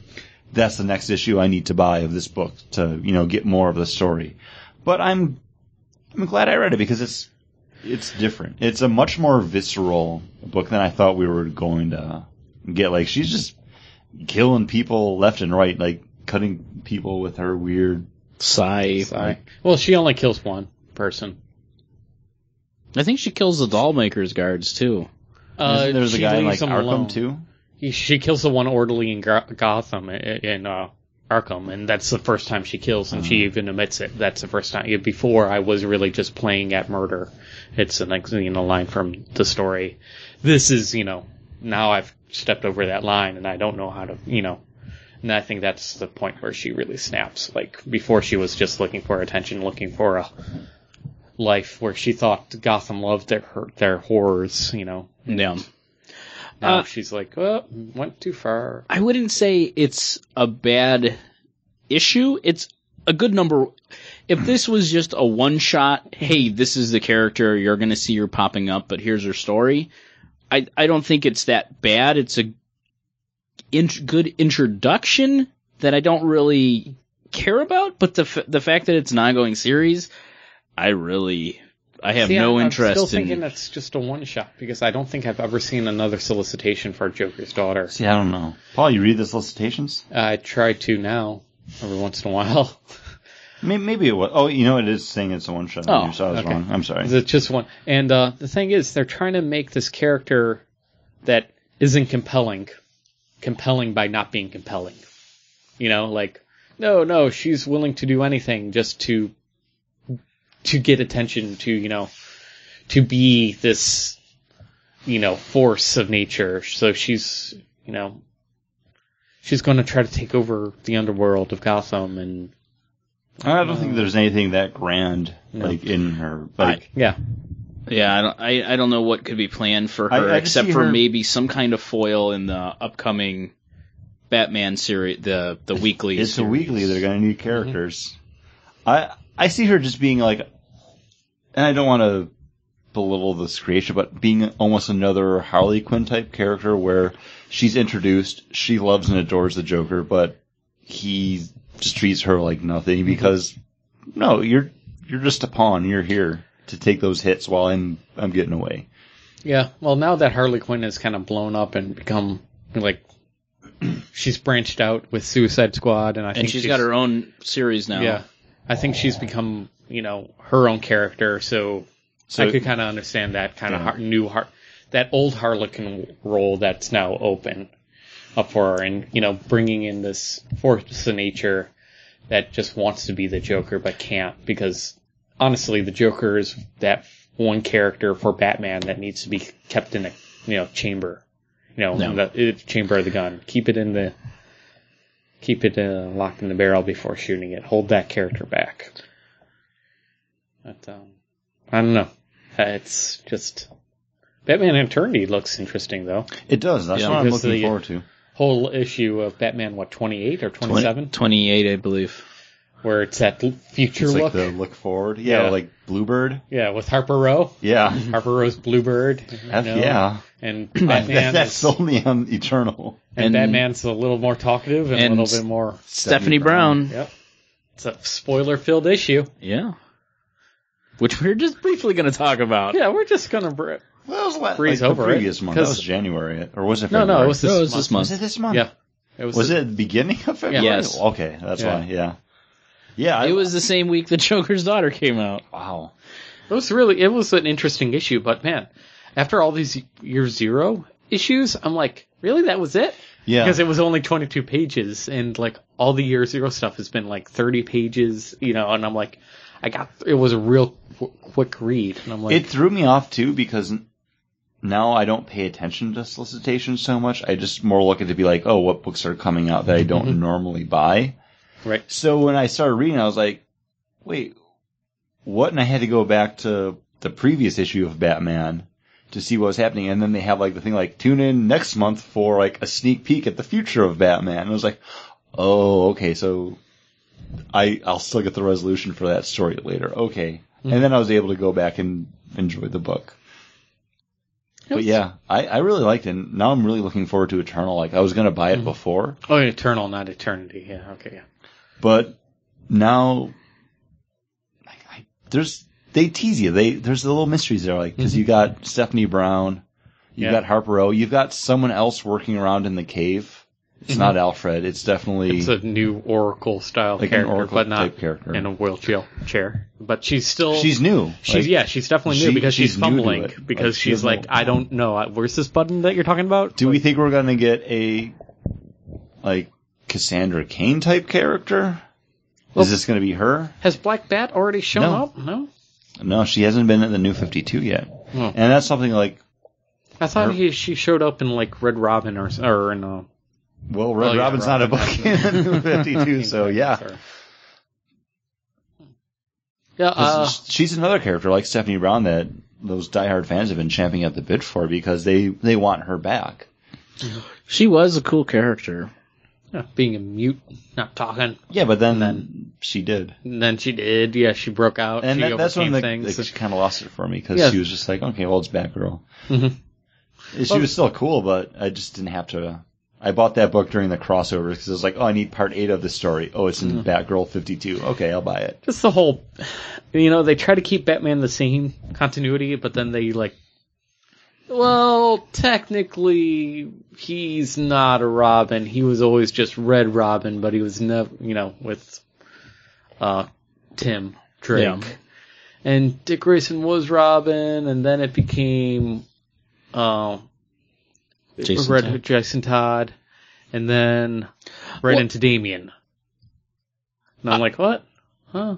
Speaker 1: that's the next issue I need to buy of this book to you know get more of the story. But I'm I'm glad I read it because it's it's different. It's a much more visceral book than I thought we were going to get. Like she's just killing people left and right, like cutting people with her weird.
Speaker 2: Sigh.
Speaker 3: Sorry. Well, she only kills one person.
Speaker 2: I think she kills the dollmaker's guards too.
Speaker 3: Uh,
Speaker 1: Isn't there's a
Speaker 3: she
Speaker 1: guy in like
Speaker 3: leaves them
Speaker 1: Arkham
Speaker 3: alone.
Speaker 1: too.
Speaker 3: He- She kills the one orderly in Gar- Gotham in uh, Arkham, and that's the first time she kills, and she even admits it. That's the first time. Before I was really just playing at murder. It's an ex- you know line from the story. This is you know now I've stepped over that line, and I don't know how to you know. And I think that's the point where she really snaps. Like before, she was just looking for attention, looking for a life where she thought Gotham loved their her, their horrors. You know,
Speaker 2: Yeah.
Speaker 3: now
Speaker 2: Uh,
Speaker 3: she's like, oh, went too far.
Speaker 2: I wouldn't say it's a bad issue. It's a good number. If this was just a one shot, hey, this is the character you're going to see her popping up, but here's her story. I I don't think it's that bad. It's a int- good introduction that I don't really care about, but the f- the fact that it's an ongoing series, I really I have
Speaker 3: See,
Speaker 2: no
Speaker 3: I'm,
Speaker 2: interest
Speaker 3: I'm still
Speaker 2: in.
Speaker 3: thinking that's just a one shot because I don't think I've ever seen another solicitation for Joker's daughter.
Speaker 1: See, I don't know. Paul, you read the solicitations?
Speaker 3: I try to now every once in a while.
Speaker 1: Maybe, maybe it was. Oh, you know, it is saying it's a one shot.
Speaker 3: Oh,
Speaker 1: so I was
Speaker 3: okay.
Speaker 1: wrong. I'm sorry.
Speaker 3: It's just one. And uh, the thing is, they're trying to make this character that isn't compelling, compelling by not being compelling. You know, like no, no, she's willing to do anything just to to get attention, to you know, to be this you know force of nature. So she's you know she's going to try to take over the underworld of Gotham, and
Speaker 1: I don't think there's anything that grand
Speaker 3: No.
Speaker 1: like in her. Like
Speaker 3: yeah,
Speaker 2: Yeah, I don't. I, I don't know what could be planned for her
Speaker 1: I- I just
Speaker 2: except
Speaker 1: see
Speaker 2: for
Speaker 1: her-
Speaker 2: maybe some kind of foil in the upcoming Batman series, the the weekly.
Speaker 1: it's a
Speaker 2: series.
Speaker 1: weekly. They're gonna need
Speaker 3: Mm-hmm.
Speaker 1: characters. I I see her just being like, and I don't want to belittle this creation, but being almost another Harley Quinn type character where she's introduced, she loves and adores the Joker, but he just treats her like nothing
Speaker 3: Mm-hmm.
Speaker 1: because no, you're you're just a pawn. You're here to take those hits while I'm I'm getting away.
Speaker 3: Yeah, well, now that Harley Quinn has kind of blown up and become like she's branched out with Suicide Squad, and I
Speaker 2: and
Speaker 3: think
Speaker 2: she's got her own series now.
Speaker 3: Yeah, I think she's become you know her own character, so, I could kind of understand that kind of
Speaker 1: Yeah.
Speaker 3: har- new har- that old Harlequin role that's now open up for her, and you know bringing in this force of nature that just wants to be the Joker but can't because honestly, the Joker is that one character for Batman that needs to be kept in a you know chamber, you know,
Speaker 2: No.
Speaker 3: the, uh, chamber of the gun. Keep it in the keep it uh, locked in the barrel before shooting it. Hold that character back. But um, I don't know. Uh, It's just Batman Eternity looks interesting though.
Speaker 1: It does. That's
Speaker 2: Yeah,
Speaker 1: what I'm
Speaker 3: because
Speaker 1: looking
Speaker 3: the-
Speaker 1: forward to.
Speaker 3: Whole issue of Batman what twenty eight or twenty seven,
Speaker 2: 28, I believe.
Speaker 3: where it's that l- future
Speaker 1: It's
Speaker 3: look.
Speaker 1: like the look forward. Yeah,
Speaker 3: Yeah.
Speaker 1: like Bluebird.
Speaker 3: Yeah, with Harper Row.
Speaker 1: Yeah.
Speaker 3: Harper Row's Bluebird. you
Speaker 1: F
Speaker 3: know,
Speaker 1: yeah.
Speaker 3: And
Speaker 1: That,
Speaker 3: Batman
Speaker 1: that's
Speaker 3: is,
Speaker 1: only on Eternal.
Speaker 3: and,
Speaker 2: and-
Speaker 3: Batman's a little more talkative and,
Speaker 2: and
Speaker 3: a little bit more.
Speaker 2: Stephanie
Speaker 1: Stephanie
Speaker 2: Brown.
Speaker 1: Brown.
Speaker 3: Yep. It's a spoiler filled issue.
Speaker 2: Yeah. Which we're just briefly going to talk about.
Speaker 3: Yeah, we're just gonna. Br-
Speaker 1: Well, that was la-
Speaker 3: Breeze
Speaker 1: like
Speaker 3: over
Speaker 1: the
Speaker 3: it,
Speaker 1: previous month. That
Speaker 3: 'cause-
Speaker 1: was January, or was it?
Speaker 3: no,
Speaker 1: February?
Speaker 3: no, it was this,
Speaker 2: No, it was
Speaker 3: month.
Speaker 2: this month.
Speaker 1: Was it this month?
Speaker 3: Yeah, it
Speaker 1: Was,
Speaker 3: was.
Speaker 1: it the beginning of February?
Speaker 2: Yes.
Speaker 1: Okay, that's
Speaker 3: Yeah.
Speaker 1: why. Yeah. Yeah. I,
Speaker 2: It was the same week the Joker's daughter came out.
Speaker 1: Wow.
Speaker 3: It was really. It was an interesting issue, but man, after all these year zero issues, I'm like, really, that was it?
Speaker 1: Yeah.
Speaker 3: Because it was only 22 pages, and like all the year zero stuff has been like 30 pages, you know. And I'm like, I got. It was a real qu- quick read, and I'm like,
Speaker 1: it threw me off too because n- now I don't pay attention to solicitations so much. I just more look at it to be like, oh, what books are coming out that I don't normally buy.
Speaker 3: Mm-hmm. right.
Speaker 1: So when I started reading, I was like, wait, what? And I had to go back to the previous issue of Batman to see what was happening. And then they have like the thing like, tune in next month for like a sneak peek at the future of Batman. And I was like, oh, okay. So I, I'll still get the resolution for that story later. Okay. And then I was able to go back and enjoy the book. But yeah, I, I really liked it. And now I'm really looking forward to Eternal. Like I was going to buy it before,
Speaker 3: Oh, eternal, not eternity. Yeah. Okay. Yeah.
Speaker 1: but now I, I, there's they tease you. They there's the little mysteries there, like because you got Stephanie Brown, you
Speaker 3: Mm-hmm. Yeah.
Speaker 1: have got Harper O, you've got someone else working around in the cave. It's not Alfred. It's definitely
Speaker 3: Mm-hmm. It's a new Oracle style
Speaker 1: Like an
Speaker 3: character,
Speaker 1: Oracle
Speaker 3: but not
Speaker 1: type character.
Speaker 3: in a wheelchair chair. But she's still
Speaker 1: she's new.
Speaker 3: She's
Speaker 1: Like,
Speaker 3: yeah, she's definitely new
Speaker 1: she-
Speaker 3: because she's,
Speaker 1: she's new to
Speaker 3: fumbling
Speaker 1: it. Like,
Speaker 3: because
Speaker 1: she
Speaker 3: she's
Speaker 1: doesn't
Speaker 3: like,
Speaker 1: know-
Speaker 3: I don't know. I- Where's this button that you're talking about?
Speaker 1: Do we think we're gonna get a like Cassandra Kane type character?
Speaker 3: Well-
Speaker 1: Is this gonna be her?
Speaker 3: Has Black Bat already shown
Speaker 1: No.
Speaker 3: up? No,
Speaker 1: No, she hasn't been in the New Fifty Two yet,
Speaker 3: Oh.
Speaker 1: and that's something like
Speaker 3: I thought he she showed up in like Red Robin or s- or in uh,
Speaker 1: well, Red
Speaker 3: Oh, yeah,
Speaker 1: Robin's not a book in the New Fifty Two, so yeah.
Speaker 3: or- yeah. Uh,
Speaker 1: 'Cause she's another character like Stephanie Brown that those diehard fans have been champing at the bit for because they they want her back.
Speaker 2: She was a cool character.
Speaker 3: yeah, being a mute, not talking.
Speaker 1: Yeah, but then, she did,
Speaker 3: And then she did. Yeah, she broke out.
Speaker 1: and
Speaker 3: she
Speaker 1: that, that's when
Speaker 3: overcame
Speaker 1: the,
Speaker 3: things.
Speaker 1: the, she kind of lost it for me because
Speaker 3: Yeah.
Speaker 1: she was just like, okay, well, it's Batgirl.
Speaker 3: Mhm.
Speaker 1: She was still cool, but I just didn't have to. I bought that book during the crossover because I was like, oh, I need part eight of the story. Oh, it's in Batgirl fifty two. Okay, I'll buy it.
Speaker 3: just the whole you know, they try to keep Batman the same continuity, but then they like, well, technically, he's not a Robin. He was always just Red Robin, but he was never, you know, with uh, Tim Drake.
Speaker 2: Yeah.
Speaker 3: And Dick Grayson was Robin, and then it became uh,
Speaker 2: Jason
Speaker 3: Red
Speaker 2: Todd.
Speaker 3: Jason Todd, and then right
Speaker 2: Well-
Speaker 3: into Damien. And I'm like, what? Huh?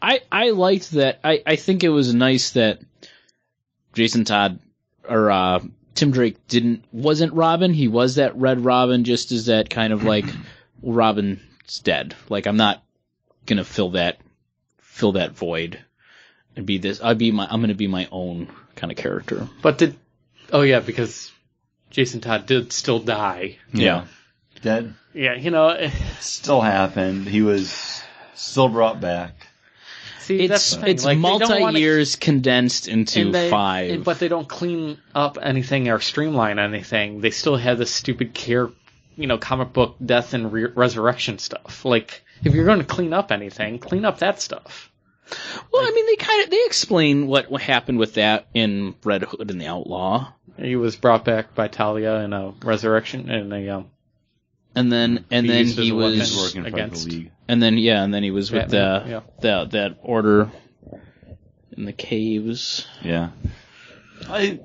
Speaker 2: I I liked that. I I think it was nice that Jason Todd or uh, Tim Drake didn't wasn't Robin. He was that Red Robin, just as that kind of like Robin's dead. Like I'm not gonna fill that fill that void and be this. I'd be my I'm gonna be my own kind of character.
Speaker 3: But did oh yeah, because Jason Todd did still die.
Speaker 2: Yeah.
Speaker 1: That
Speaker 3: Yeah, you know, eh,
Speaker 1: still happened. He was still brought back.
Speaker 3: see, that's
Speaker 2: It's
Speaker 3: the thing.
Speaker 2: it's
Speaker 3: like, they don't wanna-
Speaker 2: multi years condensed into
Speaker 3: and they-
Speaker 2: five.
Speaker 3: and- but they don't clean up anything or streamline anything. They still have this stupid care, you know, comic book death and re- resurrection stuff. Like, if you're going to clean up anything, clean up that stuff.
Speaker 2: well, I mean, they kind of they explain what what happened with that in Red Hood and the Outlaw.
Speaker 3: He was brought back by Talia in a resurrection in a um,
Speaker 2: and then and
Speaker 3: Mm-hmm. He
Speaker 2: then
Speaker 3: used as
Speaker 2: he
Speaker 3: a weapon.
Speaker 1: He's
Speaker 2: was
Speaker 1: working for like,
Speaker 3: against-
Speaker 1: the league.
Speaker 2: and then yeah and then he was with
Speaker 3: Batman,
Speaker 2: the,
Speaker 3: yeah.
Speaker 2: the that order in the caves
Speaker 1: Yeah. I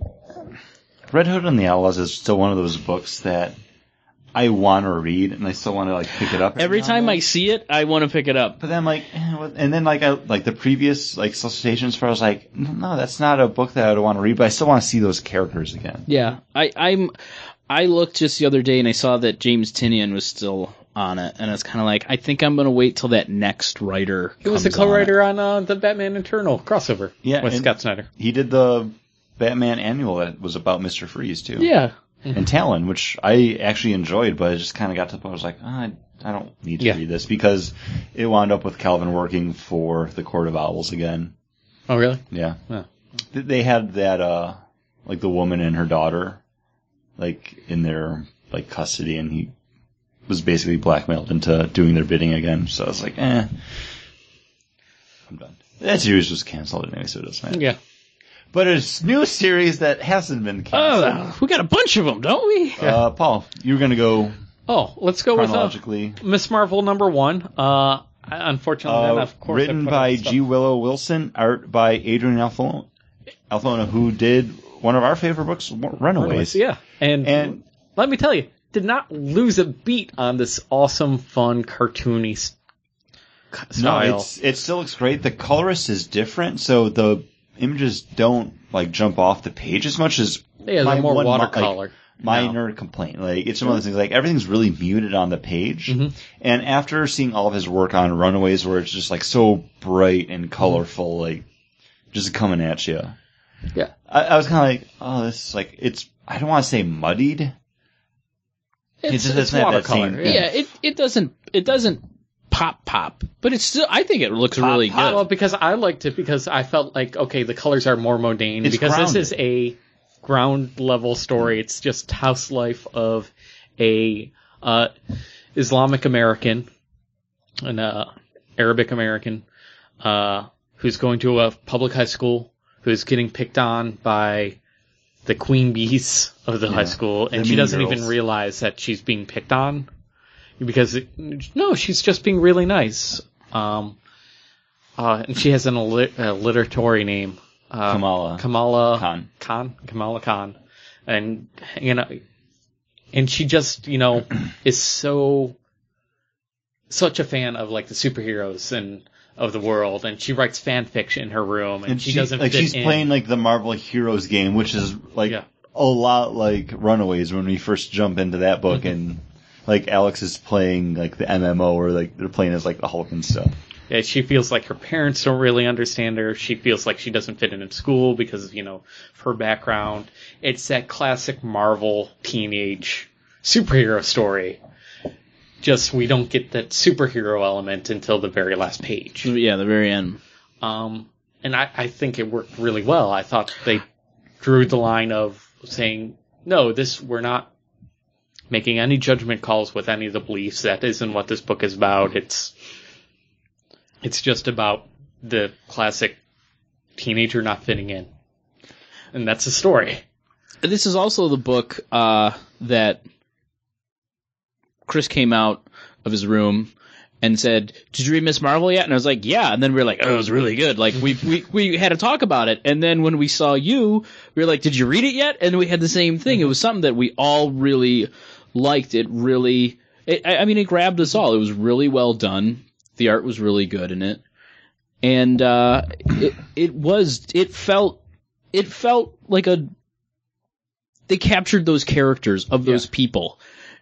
Speaker 1: Red Hood and the Outlaws is still one of those books that I want to read, and I still want to like pick it up
Speaker 2: every
Speaker 1: now
Speaker 2: time
Speaker 1: and then.
Speaker 2: i see it i want to pick it up
Speaker 1: But then like, eh, what- and then like I like the previous like solicitations for I was like, no, that's not a book that I would want to read, but I still want to see those characters again.
Speaker 2: yeah i i'm i looked just the other day and i saw that james tinian was still on it and it's kind of like i think i'm gonna wait till that next writer
Speaker 3: He was the
Speaker 2: comes on
Speaker 3: co-writer on, uh, the Batman Eternal crossover.
Speaker 1: Yeah,
Speaker 3: with
Speaker 1: and-
Speaker 3: Scott Snyder.
Speaker 1: He did the Batman annual that was about Mister Freeze too.
Speaker 3: Yeah,
Speaker 1: and Talon, which I actually enjoyed, but I just kind of got to the point where I was like, "Ah, I, I don't need to
Speaker 3: Yeah.
Speaker 1: read this because it wound up with Calvin working for the Court of Owls again.
Speaker 3: Oh, really?
Speaker 1: Yeah.
Speaker 3: Yeah.
Speaker 1: Th- They had that, uh, like the woman and her daughter, like in their, like custody and he was basically blackmailed into doing their bidding again. So I was like, eh, I'm done. That series was canceled anyway, so it doesn't matter.
Speaker 3: Yeah.
Speaker 1: But it's new series that hasn't been
Speaker 2: oh
Speaker 1: canceled.
Speaker 2: we got a bunch of them don't we
Speaker 1: Uh, Paul, you're gonna go
Speaker 3: Oh, let's go with uh,
Speaker 1: chronologically.
Speaker 3: Miss Marvel number one. Uh, I- unfortunately,
Speaker 1: Uh,
Speaker 3: then, of course, I
Speaker 1: written
Speaker 3: put
Speaker 1: by
Speaker 3: all that stuff-
Speaker 1: G. Willow Wilson, art by Adrian Alfona, Alfona who did one of our favorite books, Wa- Runaways.
Speaker 3: Yeah, and,
Speaker 1: And-
Speaker 3: let me tell you, did not lose a beat on this awesome, fun, cartoony s-
Speaker 1: No,
Speaker 3: style.
Speaker 1: it's, it still looks great. The colorist is different, so the images don't like jump off the page as much as
Speaker 3: yeah, they're more
Speaker 1: one mo- like,
Speaker 3: watercolor.
Speaker 1: minor complaint. Like it's one of those things. Like everything's really muted on the page.
Speaker 3: Mm-hmm.
Speaker 1: And after seeing all of his work on Runaways, where it's just like so bright and colorful, like just coming at you.
Speaker 3: Mm-hmm. Yeah.
Speaker 1: I, I was kind of like, oh, this is like it's. I don't want to say muddied.
Speaker 3: it's,
Speaker 1: just
Speaker 3: it's,
Speaker 1: doesn't have that
Speaker 3: watercolor.
Speaker 1: same-
Speaker 3: yeah.
Speaker 2: yeah it it doesn't it doesn't pop pop but it's still i think it looks really
Speaker 1: pop.
Speaker 2: good
Speaker 3: Well, because I liked it because I felt like okay, the colors are more mundane
Speaker 1: It's
Speaker 3: because
Speaker 1: grounded.
Speaker 3: this is a ground level story. It's just house life of a uh, Islamic American, an uh, Arabic American, uh, who's going to a public high school, who's getting picked on by the queen bees of the high school, and
Speaker 1: The
Speaker 3: she
Speaker 1: mean
Speaker 3: doesn't
Speaker 1: girls.
Speaker 3: even realize that she's being picked on because it, no, she's just being really nice. Um, uh, and she has an alli- alliteratory name, uh,
Speaker 1: Kamala.
Speaker 3: Kamala
Speaker 1: Khan.
Speaker 3: Khan, Kamala Khan, and you know, and she just you know is so such a fan of like the superheroes and of the world, and she writes fan fiction in her room, and, she, doesn't
Speaker 1: like
Speaker 3: fit
Speaker 1: she's
Speaker 3: in.
Speaker 1: playing like the Marvel Heroes game, which is like
Speaker 3: Yeah.
Speaker 1: a lot like Runaways when we first jump into that book,
Speaker 3: Mm-hmm.
Speaker 1: and like Alex is playing like the MMO, or like they're playing as like the Hulk and stuff.
Speaker 3: Yeah, she feels like her parents don't really understand her. She feels like she doesn't fit in at school because, you know, of her background. It's that classic Marvel teenage superhero story. Just we don't get that superhero element until the very last page.
Speaker 2: yeah the very end
Speaker 3: Um, and I, I think it worked really well. I thought they drew the line of saying, no, this, we're not making any judgment calls with any of the beliefs. That isn't what this book is about. It's, it's just about the classic teenager not fitting in, and that's the story.
Speaker 2: This is also the book uh, that Chris came out of his room and said, "Did you read Miss Marvel yet?" And I was like, "Yeah." And then we were like, "Oh, it was really good." Like we we we had a talk about it, and then when we saw you, we were like, "Did you read it yet?" And we had the same thing. It was something that we all really liked. It really, it, I I mean, it grabbed us all. It was really well done. The art was really good in it, and uh, it it was it felt it felt like a they captured those characters of those people.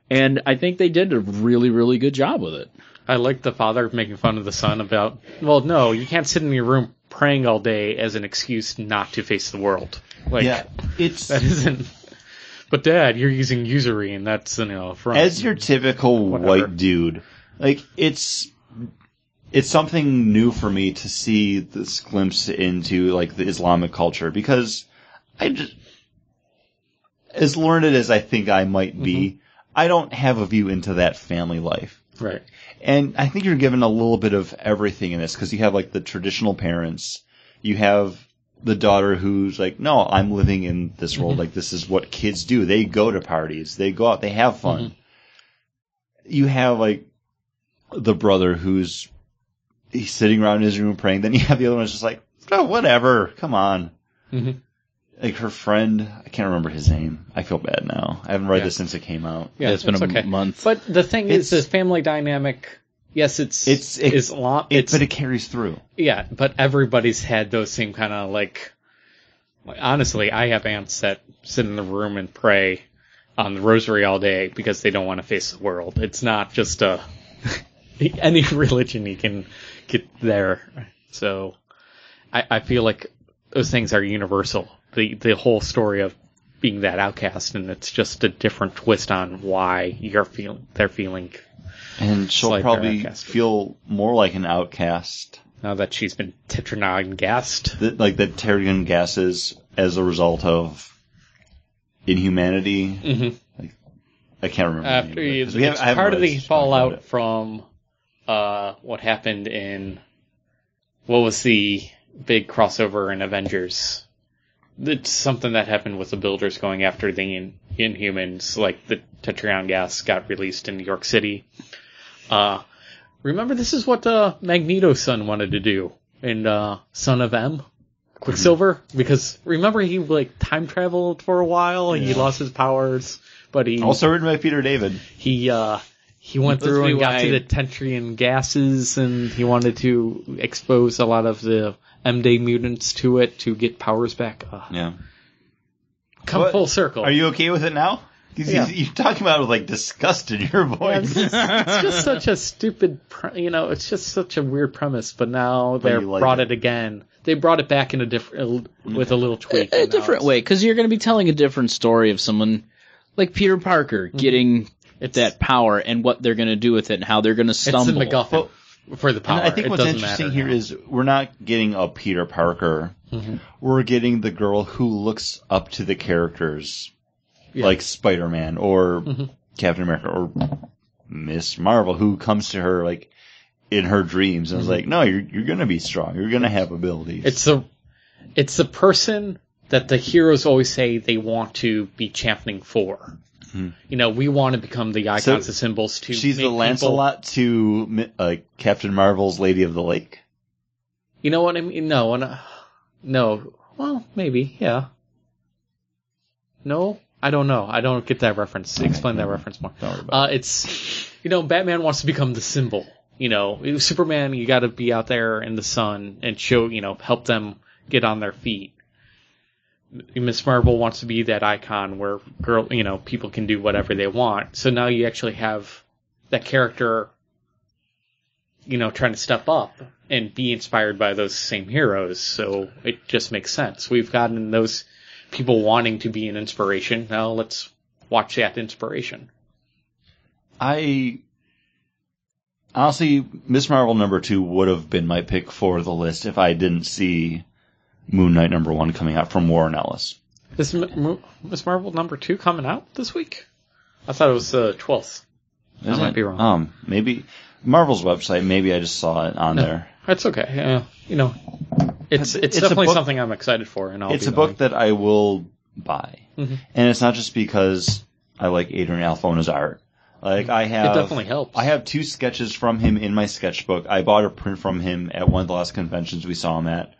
Speaker 2: And I think they did a really, really good job with it.
Speaker 3: I like the father making fun of the son about, well, no, you can't sit in your room praying all day as an excuse not to face the world. Like
Speaker 1: yeah, it's
Speaker 3: that isn't. But dad, you're using usury, and that's you know from
Speaker 1: as your typical
Speaker 3: Whatever.
Speaker 1: white dude. Like it's it's something new for me to see this glimpse into like the Islamic culture because I just as learned as I think I might be, I don't have a view into that family life.
Speaker 3: right.
Speaker 1: And I think you're given a little bit of everything in this because you have like the traditional parents, you have the daughter who's like, no, I'm living in this
Speaker 3: Mm-hmm.
Speaker 1: world. Like this is what kids do. They go to parties, they go out, they have fun.
Speaker 3: Mm-hmm.
Speaker 1: You have like the brother who's he's sitting around in his room praying. Then you have the other one's just like, oh, whatever, come on.
Speaker 3: Mhm.
Speaker 1: Like her friend, I can't remember his name. I feel bad now. I haven't read
Speaker 3: Yeah.
Speaker 1: this since it came out.
Speaker 3: Yeah,
Speaker 2: it's been a
Speaker 3: okay.
Speaker 2: month.
Speaker 3: But the thing
Speaker 1: It's-
Speaker 3: is, the family dynamic. Yes, it's
Speaker 1: It's-
Speaker 3: it's
Speaker 1: it-
Speaker 3: Islam.
Speaker 1: It,
Speaker 3: It's
Speaker 1: but it carries through.
Speaker 3: yeah, but everybody's had those same kind of like. like, Honestly, I have aunts that sit in the room and pray on the rosary all day because they don't want to face the world. It's not just a any religion you can get there. So, I, I feel like those things are universal. The the whole story of being that outcast, and it's just a different twist on why you're feeling they're feeling
Speaker 1: And she'll
Speaker 3: like they're
Speaker 1: probably
Speaker 3: outcasted.
Speaker 1: feel more like an outcast,
Speaker 3: now that she's been tetranog gassed.
Speaker 1: that, like that Terrigen gases as a result of inhumanity.
Speaker 3: Mm-hmm.
Speaker 1: I can't remember. the name
Speaker 3: after
Speaker 1: of it,
Speaker 3: you,
Speaker 1: 'cause we haven't-
Speaker 3: it's
Speaker 1: I haven't
Speaker 3: part of
Speaker 1: really
Speaker 3: the
Speaker 1: talked about
Speaker 3: fallout
Speaker 1: it.
Speaker 3: from uh, what happened in what was the big crossover in Avengers. It's something that happened with the Builders going after the in- Inhumans, like the Tetrion gas got released in New York City. Uh, remember, this is what uh, Magneto's son wanted to do in uh, Son of M. Quicksilver,
Speaker 1: Mm-hmm.
Speaker 3: because remember he like time traveled for a while. and He
Speaker 1: Yeah.
Speaker 3: lost his powers, but he
Speaker 1: Also written by Peter David.
Speaker 3: he uh he went
Speaker 2: That's
Speaker 3: through and
Speaker 2: really
Speaker 3: got to
Speaker 2: why-
Speaker 3: the Tentrian gases and he wanted to expose a lot of the M Day mutants to it to get powers back. Uh,
Speaker 1: Yeah.
Speaker 3: come
Speaker 1: What?
Speaker 3: full circle.
Speaker 1: Are you okay with it now? 'Cause
Speaker 3: Yeah.
Speaker 1: you- You're talking about it with like disgust in your voice.
Speaker 3: it's just such a stupid, pre- you know. It's just such a weird premise. But now they
Speaker 1: you like
Speaker 3: brought
Speaker 1: it.
Speaker 3: it. again. They brought it back in a different, with a little tweak.
Speaker 2: a
Speaker 3: and now
Speaker 2: different
Speaker 3: it's-
Speaker 2: way, because you're going to be telling a different story of someone like Peter Parker getting
Speaker 3: It's
Speaker 2: that power and what they're going to do with it and how they're going to
Speaker 3: It's the
Speaker 2: stumble.
Speaker 3: MacGuffin for the power.
Speaker 1: And I think
Speaker 3: It
Speaker 1: what's
Speaker 3: doesn't
Speaker 1: interesting
Speaker 3: matter Mm-hmm.
Speaker 1: here
Speaker 3: now.
Speaker 1: is we're not getting a Peter Parker. We're getting the girl who looks up to the characters,
Speaker 3: Yeah. Mm-hmm.
Speaker 1: like Spider Man or Captain America or Miss Marvel, who comes to her like in her dreams and is like, "No, you're you're gonna be strong. You're gonna have abilities."
Speaker 3: Mm-hmm. It's the it's the person that the heroes always say they want to be championing for. You know, we want to become the icons
Speaker 1: Hmm. So,
Speaker 3: and symbols to.
Speaker 1: She's
Speaker 3: make
Speaker 1: the
Speaker 3: people-
Speaker 1: Lancelot to Mi- uh, Captain Marvel's Lady of the Lake.
Speaker 3: You know what I mean? No, and, uh, no. Well, maybe, yeah. No, I don't know. I don't get that reference. Explain that reference more.
Speaker 1: Don't worry about
Speaker 3: Uh, it's you know, Batman wants to become the symbol. You know, Superman, you got to be out there in the sun and show. You know, help them get on their feet. Miss Marvel wants to be that icon where girl, you know, people can do whatever they want. So now you actually have that character, you know, trying to step up and be inspired by those same heroes. So it just makes sense. We've gotten those people wanting to be an inspiration. Now let's watch that inspiration.
Speaker 1: I honestly, Miss Marvel number two would have been my pick for the list if I didn't see Moon Knight number one coming out from Warren Ellis.
Speaker 3: Is M- M- Miss Marvel number two coming out this week? I thought it was the twelfth.
Speaker 1: Isn't
Speaker 3: might
Speaker 1: it?
Speaker 3: be wrong.
Speaker 1: Um, maybe Marvel's website. Maybe I just saw it on there.
Speaker 3: That's okay. Uh, you know, it's it's,
Speaker 1: It's a
Speaker 3: definitely
Speaker 1: book-
Speaker 3: something I'm excited for, and I'll
Speaker 1: it's
Speaker 3: be
Speaker 1: a book that I will buy,
Speaker 3: buying. Mhm.
Speaker 1: and it's not just because I like Adrian Alfona's art. Like I have,
Speaker 3: It definitely helps.
Speaker 1: uh, I have two sketches from him in my sketchbook. I bought a print from him at one of the last conventions we saw him at.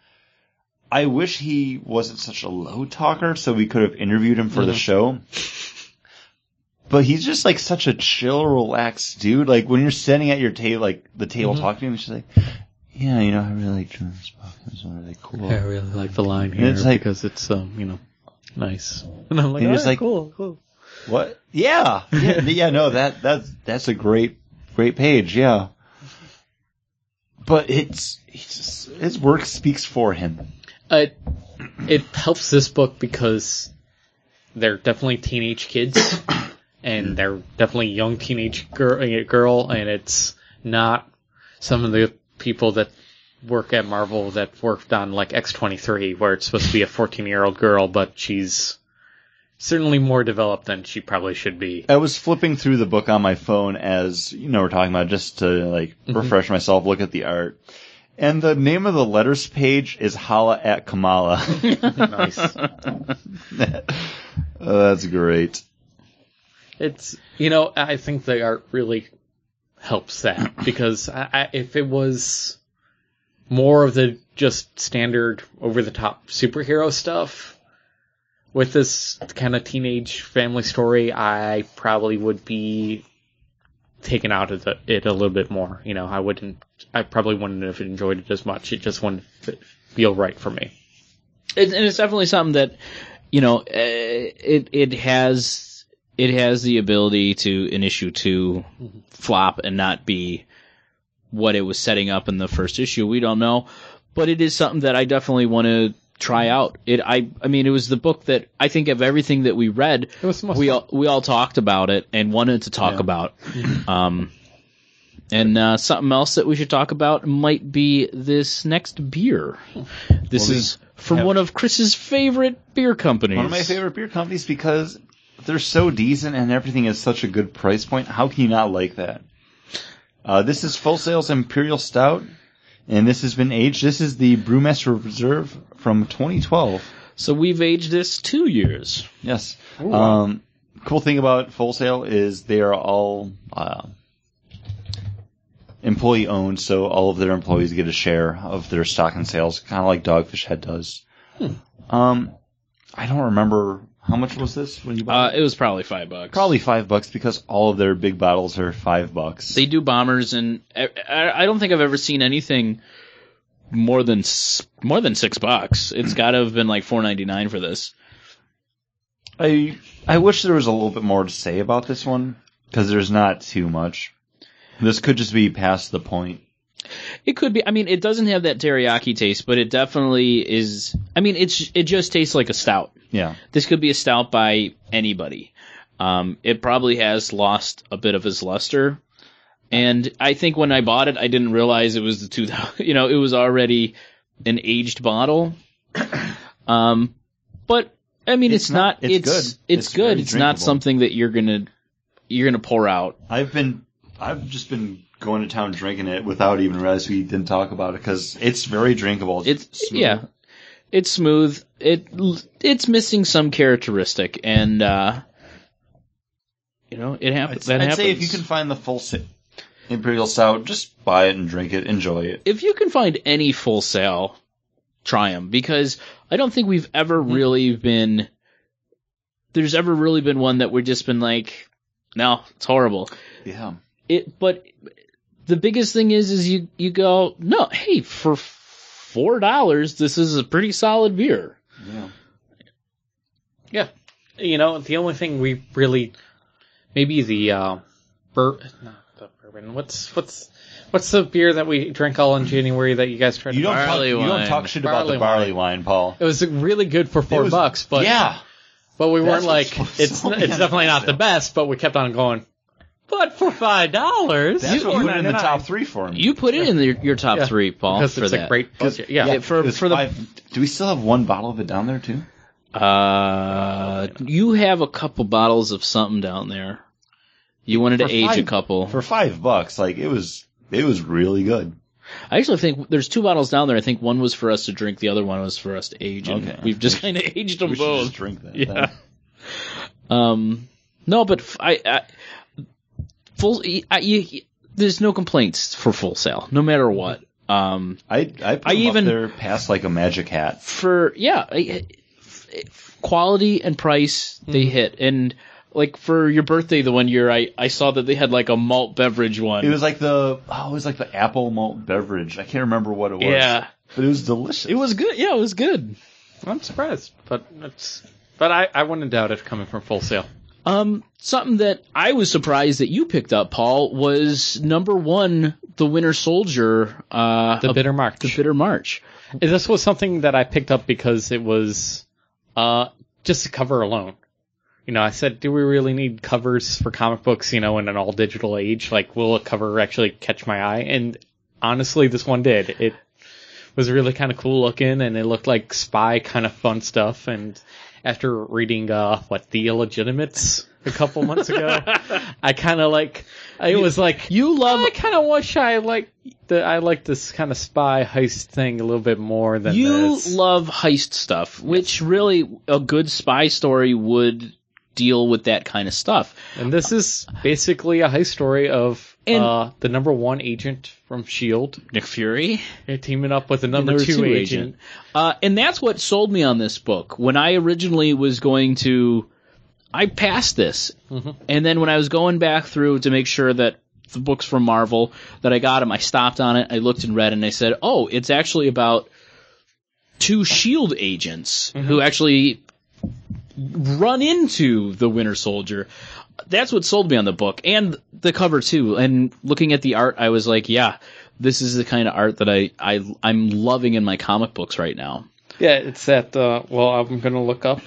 Speaker 1: I wish he wasn't such a low talker so we could have interviewed him for the show. But he's just like such a chill, relaxed dude. Like when you're sitting at your table, like the table talking to him, he's just like, yeah, you know, I really like doing this book. It's really cool.
Speaker 3: I really like the line
Speaker 1: here
Speaker 3: here
Speaker 1: it's like-
Speaker 3: because it's um you know nice, and I'm like,
Speaker 1: And it's
Speaker 3: "Alright,
Speaker 1: like-
Speaker 3: cool, cool.
Speaker 1: What? Yeah. yeah. Yeah, no, that that's that's a great great page, yeah. But it's he's just, his work speaks for him.
Speaker 3: it Uh, it helps this book because they're definitely teenage kids and they're definitely young teenage girl girl and it's not some of the people that work at Marvel that worked on like X23 where it's supposed to be a 14-year-old girl but she's certainly more developed than she probably should be.
Speaker 1: I was flipping through the book on my phone as, you know, we're talking about just to like refresh myself, look at the art. And the name of the letters page is Hala at Kamala.
Speaker 3: nice.
Speaker 1: Oh, that's great.
Speaker 3: It's you know I think the art really helps that because I, I, if it was more of the just standard over the top superhero stuff with this kind of teenage family story, I probably would be taken out of the, it a little bit more. You know, I wouldn't. I probably wouldn't have enjoyed it as much. It just wouldn't f- feel right for me.
Speaker 2: It, and it's definitely something that you know uh, it it has it has the ability to an issue to flop and not be what it was setting up in the first issue. We don't know, but it is something that I definitely want to try out. It I I mean it was the book that I think of everything that we read
Speaker 3: It was the most
Speaker 2: we
Speaker 3: fun.
Speaker 2: all we all talked about it and wanted to talk
Speaker 3: Yeah.
Speaker 2: about. Um, and uh, something else that we should talk about might be this next beer. This
Speaker 1: Well, we
Speaker 2: is from
Speaker 1: have-
Speaker 2: one of Chris's favorite beer companies.
Speaker 1: One of my favorite beer companies because they're so decent and everything is such a good price point. How can you not like that? Uh, this is Full Sail's Imperial Stout, and this has been aged. This is the Brewmaster Reserve from 2012.
Speaker 2: So we've aged this two years.
Speaker 1: Yes. Um, cool thing about Full Sail is they are all uh, employee owned, so all of their employees get a share of their stock and sales, kind of like Dogfish Head does. Um, I don't remember how much was this when you bought
Speaker 2: Uh, it was probably five bucks.
Speaker 1: Probably five bucks because all of their big bottles are five bucks.
Speaker 2: they do bombers, and I, I I don't think I've ever seen anything more than s- more than six bucks. It's got to have been like four ninety nine for this.
Speaker 1: I I wish there was a little bit more to say about this one because there's not too much. This could just be past the point.
Speaker 2: It could be. I mean, it doesn't have that teriyaki taste, but it definitely is. I mean, it's it just tastes like a stout.
Speaker 1: Yeah,
Speaker 2: This could be a stout by anybody. Um, it probably has lost a bit of its luster, and I think when I bought it, I didn't realize it was the two. You know, it was already an aged bottle. Um, but I mean, it's,
Speaker 1: It's
Speaker 2: not.
Speaker 1: not- it's
Speaker 2: it's
Speaker 1: good.
Speaker 2: It's,
Speaker 1: It's
Speaker 2: good.
Speaker 1: very
Speaker 2: It's not
Speaker 1: drinkable.
Speaker 2: something that you're gonna you're gonna pour out.
Speaker 1: I've been I've just been going to town drinking it without even realizing we didn't talk about it because it's very drinkable.
Speaker 2: It's
Speaker 1: smooth.
Speaker 2: yeah, it's smooth. It it's missing some characteristic, and uh, you know it
Speaker 1: I'd,
Speaker 2: happens. That
Speaker 1: I'd
Speaker 2: happens.
Speaker 1: say if you can find the full si- imperial stout, just buy it and drink it, enjoy it.
Speaker 2: if you can find any full sale, try them because I don't think we've ever
Speaker 3: Mm-hmm.
Speaker 2: really been. There's ever really been one that we've just been like, no, it's horrible.
Speaker 1: Yeah,
Speaker 2: It, but the biggest thing is, is you you go, no, hey, for four dollars, this is a pretty solid beer.
Speaker 1: yeah.
Speaker 3: Yeah. You know, the only thing we really maybe the uh bur- not the bourbon. What's what's what's the beer that we drank all in January that you guys tried
Speaker 1: You
Speaker 3: to
Speaker 1: don't
Speaker 3: buy?
Speaker 1: talk,
Speaker 2: Barley
Speaker 1: you don't
Speaker 2: wine.
Speaker 1: talk shit about the barley
Speaker 3: Barley
Speaker 1: wine, Paul.
Speaker 3: It was really good for 4
Speaker 1: was-
Speaker 3: bucks, but
Speaker 1: yeah.
Speaker 3: but we weren't
Speaker 1: That's
Speaker 3: like
Speaker 1: what's-
Speaker 3: it's
Speaker 1: what's
Speaker 3: it's
Speaker 1: on
Speaker 3: definitely
Speaker 1: the
Speaker 3: not the
Speaker 1: sale.
Speaker 3: best, but we kept on going. But for five dollars,
Speaker 1: That's what put it in the top three for me.
Speaker 2: You put it in your, your top three, Paul.
Speaker 3: because
Speaker 2: for
Speaker 3: it's
Speaker 2: that.
Speaker 3: a great budget. Yeah,
Speaker 2: yeah, for- for the-
Speaker 1: do we still have one bottle of it down there too?
Speaker 2: Uh, you have a couple bottles of something down there. You wanted to
Speaker 3: For
Speaker 2: age a
Speaker 3: five-
Speaker 2: couple.
Speaker 1: For five bucks, like it was, it was really good.
Speaker 2: I actually think there's two bottles down there. I think one was for us to drink, the other one was for us to age. And
Speaker 1: Okay.
Speaker 2: We've just kind of aged them
Speaker 1: We should
Speaker 2: both.
Speaker 1: just drink that.
Speaker 2: Yeah.
Speaker 1: then.
Speaker 2: Um, no, but f- I, I full. I, you, there's no complaints for full sale, no matter what. Um,
Speaker 1: I I put
Speaker 2: I
Speaker 1: them
Speaker 2: even-
Speaker 1: up there past like a magic hat.
Speaker 2: for yeah, I- I- f- f- quality and price they
Speaker 1: Hmm.
Speaker 2: hit, and like for your birthday, the one year I I saw that they had like a malt beverage one.
Speaker 1: It was like the oh, it was like the apple malt beverage. I can't remember what it was.
Speaker 2: yeah,
Speaker 1: but it was delicious.
Speaker 2: it was good. Yeah, it was good.
Speaker 3: I'm surprised, but it's but I I wouldn't doubt it coming from Full Sail.
Speaker 2: Um, something that I was surprised that you picked up, Paul, was number one, the Winter Soldier, uh,
Speaker 3: The
Speaker 2: of
Speaker 3: bitter mark.
Speaker 2: the Bitter March.
Speaker 3: This was something that I picked up because it was uh just the cover alone. You know, I said, do we really need covers for comic books, you know, in an all digital age? Like will a cover actually catch my eye? And honestly this one did. It was really kind of cool looking and it looked like spy kind of fun stuff and after reading uh what the illegitimates a couple months ago i kind of like it was like
Speaker 2: You love
Speaker 3: I kind of wish I like the I like this kind of spy heist thing a little bit more than
Speaker 2: you
Speaker 3: this.
Speaker 2: love heist stuff, which really a good spy story would deal with that kind of stuff.
Speaker 3: and this is basically a heist story of
Speaker 2: And-
Speaker 3: uh, the number one agent from Shield
Speaker 2: Nick Fury,
Speaker 3: teaming up with the number,
Speaker 2: Number
Speaker 3: two,
Speaker 2: two
Speaker 3: agent.
Speaker 2: Uh, and that's what sold me on this book. When I originally was going to, I passed this,
Speaker 3: Mm-hmm.
Speaker 2: and then when I was going back through to make sure that the books from Marvel that I got them, I stopped on it, I looked and read, and I said, "Oh, it's actually about two Shield E agents
Speaker 3: Mm-hmm.
Speaker 2: who actually run into the Winter Soldier." That's what sold me on the book and the cover too. And looking at the art, I was like, "Yeah." This is the kind of art that I, I I'm loving in my comic books right now.
Speaker 3: Yeah, it's that. Uh, well, I'm gonna look up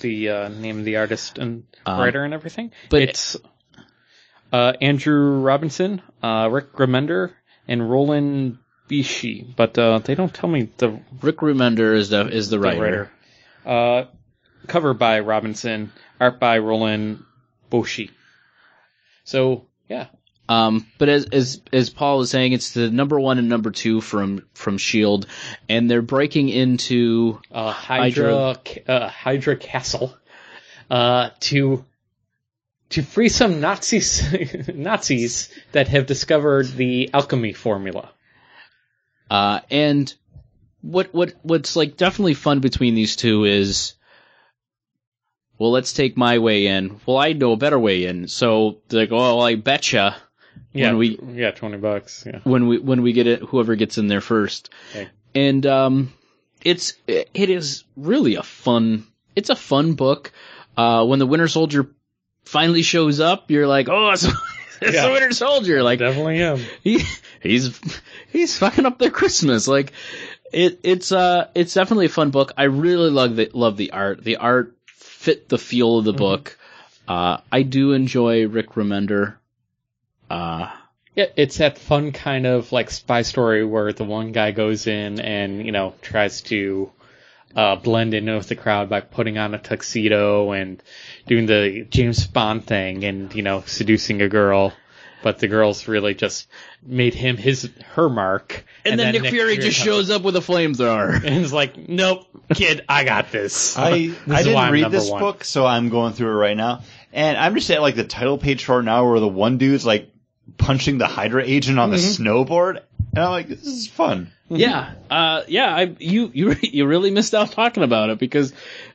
Speaker 3: the uh, name of the artist and
Speaker 2: Um,
Speaker 3: writer and everything.
Speaker 2: but-
Speaker 3: But it's uh, Andrew Robinson, uh, Rick Remender, and Roland Bishi. But uh, they don't tell me the
Speaker 2: Rick Remender is the is the writer.
Speaker 3: writer. Uh, cover by Robinson, art by Roland Boshi. So yeah,
Speaker 2: Um, but as as as Paul was saying, it's the number one and number two from from Shield, E and they're breaking into
Speaker 3: uh, Hydra Hydra, uh, Hydra Castle uh, to to free some Nazis Nazis that have discovered the alchemy formula.
Speaker 2: uh, and what what what's like definitely fun between these two is. Well, let's take my way in. Well, I know a better way in. So they're like, oh, I betcha
Speaker 3: Yeah,
Speaker 2: When we-
Speaker 3: yeah, twenty bucks. Yeah,
Speaker 2: when we when we get it, whoever gets in there first.
Speaker 3: Okay.
Speaker 2: And um, it's it is really a fun. It's a fun book. Uh, when the Winter Soldier finally shows up, you're like, oh, it's, it's
Speaker 3: Yeah.
Speaker 2: the Winter Soldier. Like
Speaker 3: definitely am.
Speaker 2: he he's he's fucking up their Christmas. Like it it's uh it's definitely a fun book. I really love the love the art. The art fit the feel of the
Speaker 3: Mm-hmm.
Speaker 2: book. Uh, I do enjoy Rick Remender. Uh,
Speaker 3: Yeah, it's that fun kind of like spy story where the one guy goes in and you know tries to uh, blend in with the crowd by putting on a tuxedo and doing the James Bond thing and you know seducing a girl, but the girl's really just made him his her mark.
Speaker 2: and, then, Nick, Fury just
Speaker 3: comes
Speaker 2: shows up with a flamethrower.
Speaker 3: and is like, "Nope, kid, I got this."
Speaker 1: I I
Speaker 3: This is why
Speaker 1: didn't
Speaker 3: I'm
Speaker 1: read
Speaker 3: number
Speaker 1: this
Speaker 3: one.
Speaker 1: book, so I'm going through it right now, and I'm just at like the title page for it now, where the one dude's like punching the Hydra agent on the
Speaker 2: Mm-hmm.
Speaker 1: snowboard, and I'm like, this is fun.
Speaker 2: Yeah, uh, yeah. I you you you really missed out talking about it because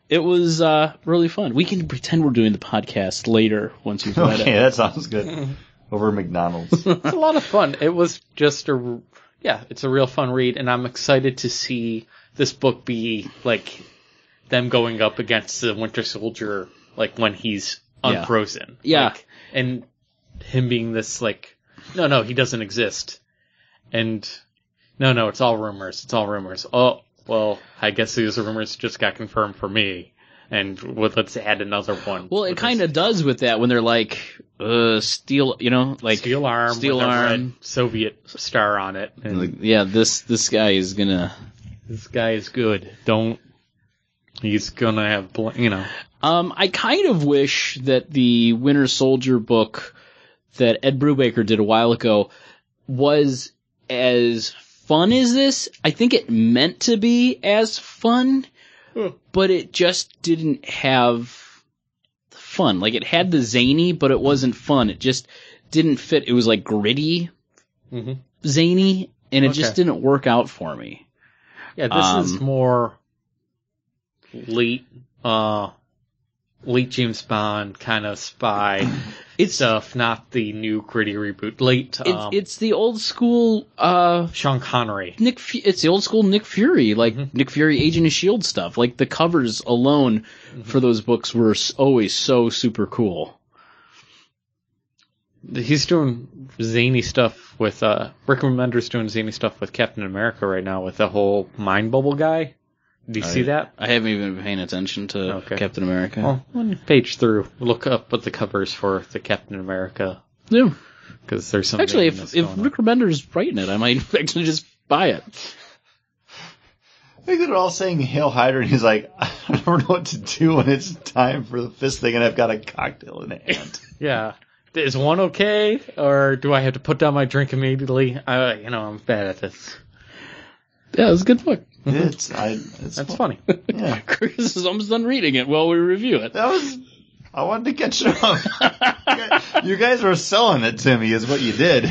Speaker 2: it was uh, really fun. We can pretend we're doing the podcast later once you've read
Speaker 1: Okay,
Speaker 2: it.
Speaker 1: that sounds good. Over McDonald's.
Speaker 3: it's a lot of fun. It was just a, yeah, it's a real fun read, and I'm excited to see this book be like them going up against the Winter Soldier, like when he's
Speaker 2: Yeah.
Speaker 3: unfrozen, Like,
Speaker 2: Yeah.
Speaker 3: and him being this like, no, no, he doesn't exist, and no, no, it's all rumors, it's all rumors. Oh, well, I guess these rumors just got confirmed for me. And well, let's add another one.
Speaker 2: Well, it kind of does with that when they're like uh, steel, you know, like
Speaker 3: steel arm,
Speaker 2: steel
Speaker 3: with a red
Speaker 2: arm.
Speaker 3: Soviet star on it. And
Speaker 2: Like, yeah, this this guy is gonna.
Speaker 3: this guy is good. Don't. He's gonna have, bl- you know.
Speaker 2: Um, I kind of wish that the Winter Soldier book that Ed Brubaker did a while ago was as fun as this. I think it meant to be as fun,
Speaker 3: Hmm.
Speaker 2: but it just didn't have the fun. Like it had the zany, but it wasn't fun. It just didn't fit. It was like gritty,
Speaker 3: Mhm.
Speaker 2: zany, and it just
Speaker 3: Okay.
Speaker 2: didn't work out for me.
Speaker 3: Yeah, this is
Speaker 2: Um,
Speaker 3: more late, uh, late James Bond kind of spy
Speaker 2: It's
Speaker 3: stuff, not the new gritty reboot. Late,
Speaker 2: it's,
Speaker 3: um,
Speaker 2: it's the old school uh
Speaker 3: Sean Connery.
Speaker 2: Nick, Fu- it's the old school Nick Fury, like
Speaker 3: Mhm.
Speaker 2: Nick Fury Agent of Shield E stuff. Like the covers alone
Speaker 3: Mm-hmm.
Speaker 2: for those books were s- always so super cool.
Speaker 3: He's doing zany stuff with, uh, Rick Remender's doing zany stuff with Captain America right now with the whole mind bubble guy. Do you
Speaker 1: Oh,
Speaker 3: see
Speaker 1: yeah.
Speaker 3: that?
Speaker 2: I haven't even been paying attention to
Speaker 3: Okay.
Speaker 2: Captain America.
Speaker 3: Well, when you page through, look up what the covers for the Captain America,
Speaker 2: yeah.
Speaker 3: because there's some.
Speaker 2: Actually, if,
Speaker 3: zaniness
Speaker 2: if
Speaker 3: going on.
Speaker 2: Rick Remender's writing it, I might actually just buy it.
Speaker 1: I think they're all saying Hail Hydra, and he's like, I don't know what to do when it's time for the fist thing, and I've got a cocktail in hand.
Speaker 3: Yeah. Is one okay, or do I have to put down my drink immediately? I, you know, I'm bad at this.
Speaker 2: Yeah, it was a good book.
Speaker 1: it's, I, it's
Speaker 3: That's
Speaker 1: fun.
Speaker 3: funny.
Speaker 1: Yeah.
Speaker 2: Chris is almost done reading it while we review it. Uh,
Speaker 1: That was, I wanted to catch up. you guys were selling it to me, is what you did.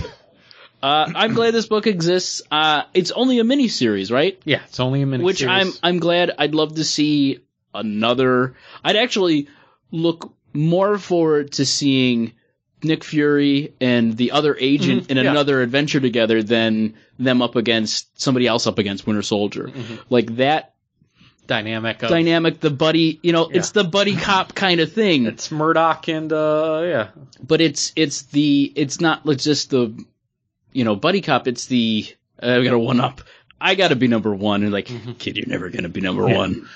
Speaker 2: Uh, I'm glad this book exists. Uh, it's only a mini series, right?
Speaker 3: yeah, it's only a minute.
Speaker 2: Which I'm I'm glad. I'd love to see another. I'd actually look more forward to seeing Nick Fury and the other agent
Speaker 3: Mhm,
Speaker 2: in
Speaker 3: yeah.
Speaker 2: another adventure together than them up against somebody else up against Winter Soldier.
Speaker 3: Mm-hmm.
Speaker 2: Like that
Speaker 3: dynamic. Of,
Speaker 2: dynamic, the buddy. You know,
Speaker 3: Yeah.
Speaker 2: it's the buddy cop kind of thing.
Speaker 3: It's Murdoch and uh, yeah,
Speaker 2: but it's it's the it's not like just the you know buddy cop. It's the uh, I got to one up. I got to be number one. And like, kid, you're never gonna be number
Speaker 3: Mm-hmm. Yeah.
Speaker 2: one.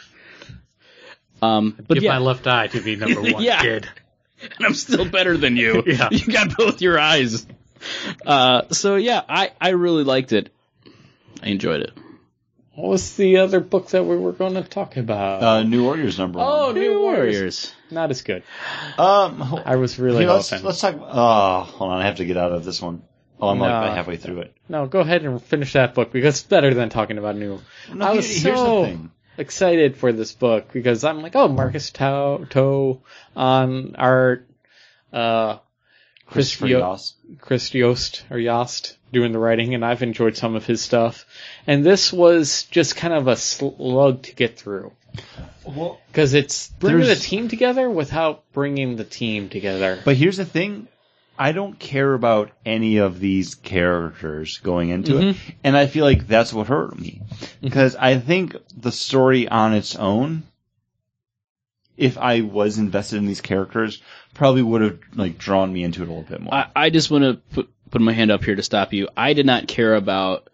Speaker 2: Um, but
Speaker 3: give
Speaker 2: yeah,
Speaker 3: my left eye to be number one
Speaker 2: Yeah.
Speaker 3: kid.
Speaker 2: and I'm still better than you.
Speaker 3: Yeah.
Speaker 2: You got both your eyes. Uh, so yeah, I I really liked it. I enjoyed it.
Speaker 3: What was the other book that we were going to talk about?
Speaker 1: Uh, New Warriors number one.
Speaker 3: Oh, New Warriors.
Speaker 2: Warriors.
Speaker 3: Not as good.
Speaker 1: Um,
Speaker 3: I was really
Speaker 1: Hey, let's,
Speaker 3: hoping.
Speaker 1: let's talk. Oh, hold on. I have to get out of this one. Oh, I'm like
Speaker 3: No.
Speaker 1: about halfway through it.
Speaker 3: No, go ahead and finish that book because it's better than talking about New.
Speaker 1: No,
Speaker 3: I
Speaker 1: here-
Speaker 3: was
Speaker 1: here's
Speaker 3: so
Speaker 1: the thing.
Speaker 3: excited for this book because I'm like, oh, Marcus Tau Toe on art, uh, Chris
Speaker 1: Christopher
Speaker 3: Yo-
Speaker 1: Yost.
Speaker 3: Chris Yost or Yost doing the writing, and I've enjoyed some of his stuff. And this was just kind of a slug to get through
Speaker 1: Well,
Speaker 3: because it's bringing
Speaker 1: There's-
Speaker 3: the team together without bringing the team together.
Speaker 1: but here's the thing. I don't care about any of these characters going into
Speaker 3: Mm-hmm.
Speaker 1: it. And I feel like that's what hurt me. Because I think the story on its own, if I was invested in these characters, probably would have like drawn me into it a little bit more.
Speaker 2: I, I just want to put put my hand up here to stop you. I did not care about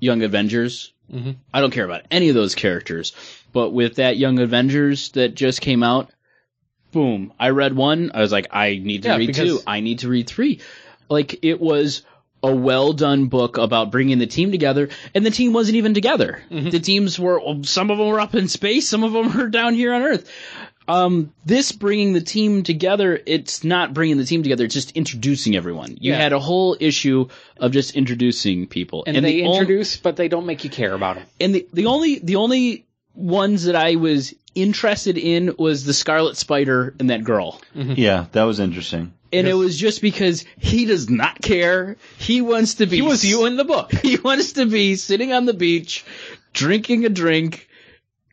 Speaker 2: Young Avengers.
Speaker 3: Mhm.
Speaker 2: I don't care about any of those characters. But with that Young Avengers that just came out, boom! I read one. I was like, I need to
Speaker 3: Yeah,
Speaker 2: read
Speaker 3: because-
Speaker 2: two. I need to read three. Like it was a well done book about bringing the team together, and the team wasn't even together.
Speaker 3: Mm-hmm.
Speaker 2: The teams were some of them were up in space, some of them were down here on Earth um, this bringing the team together, it's not bringing the team together, it's just introducing everyone. You
Speaker 3: Yeah.
Speaker 2: had a whole issue of just introducing people.
Speaker 3: and, they
Speaker 2: the on-
Speaker 3: introduce, but they don't make you care about them.
Speaker 2: and the, the only, the only ones that I was interested in was the Scarlet Spider and that girl.
Speaker 1: yeah, that was interesting.
Speaker 2: And it was just because he does not care. He wants to be.
Speaker 3: He was you in the book.
Speaker 2: He wants to be sitting on the beach, drinking a drink,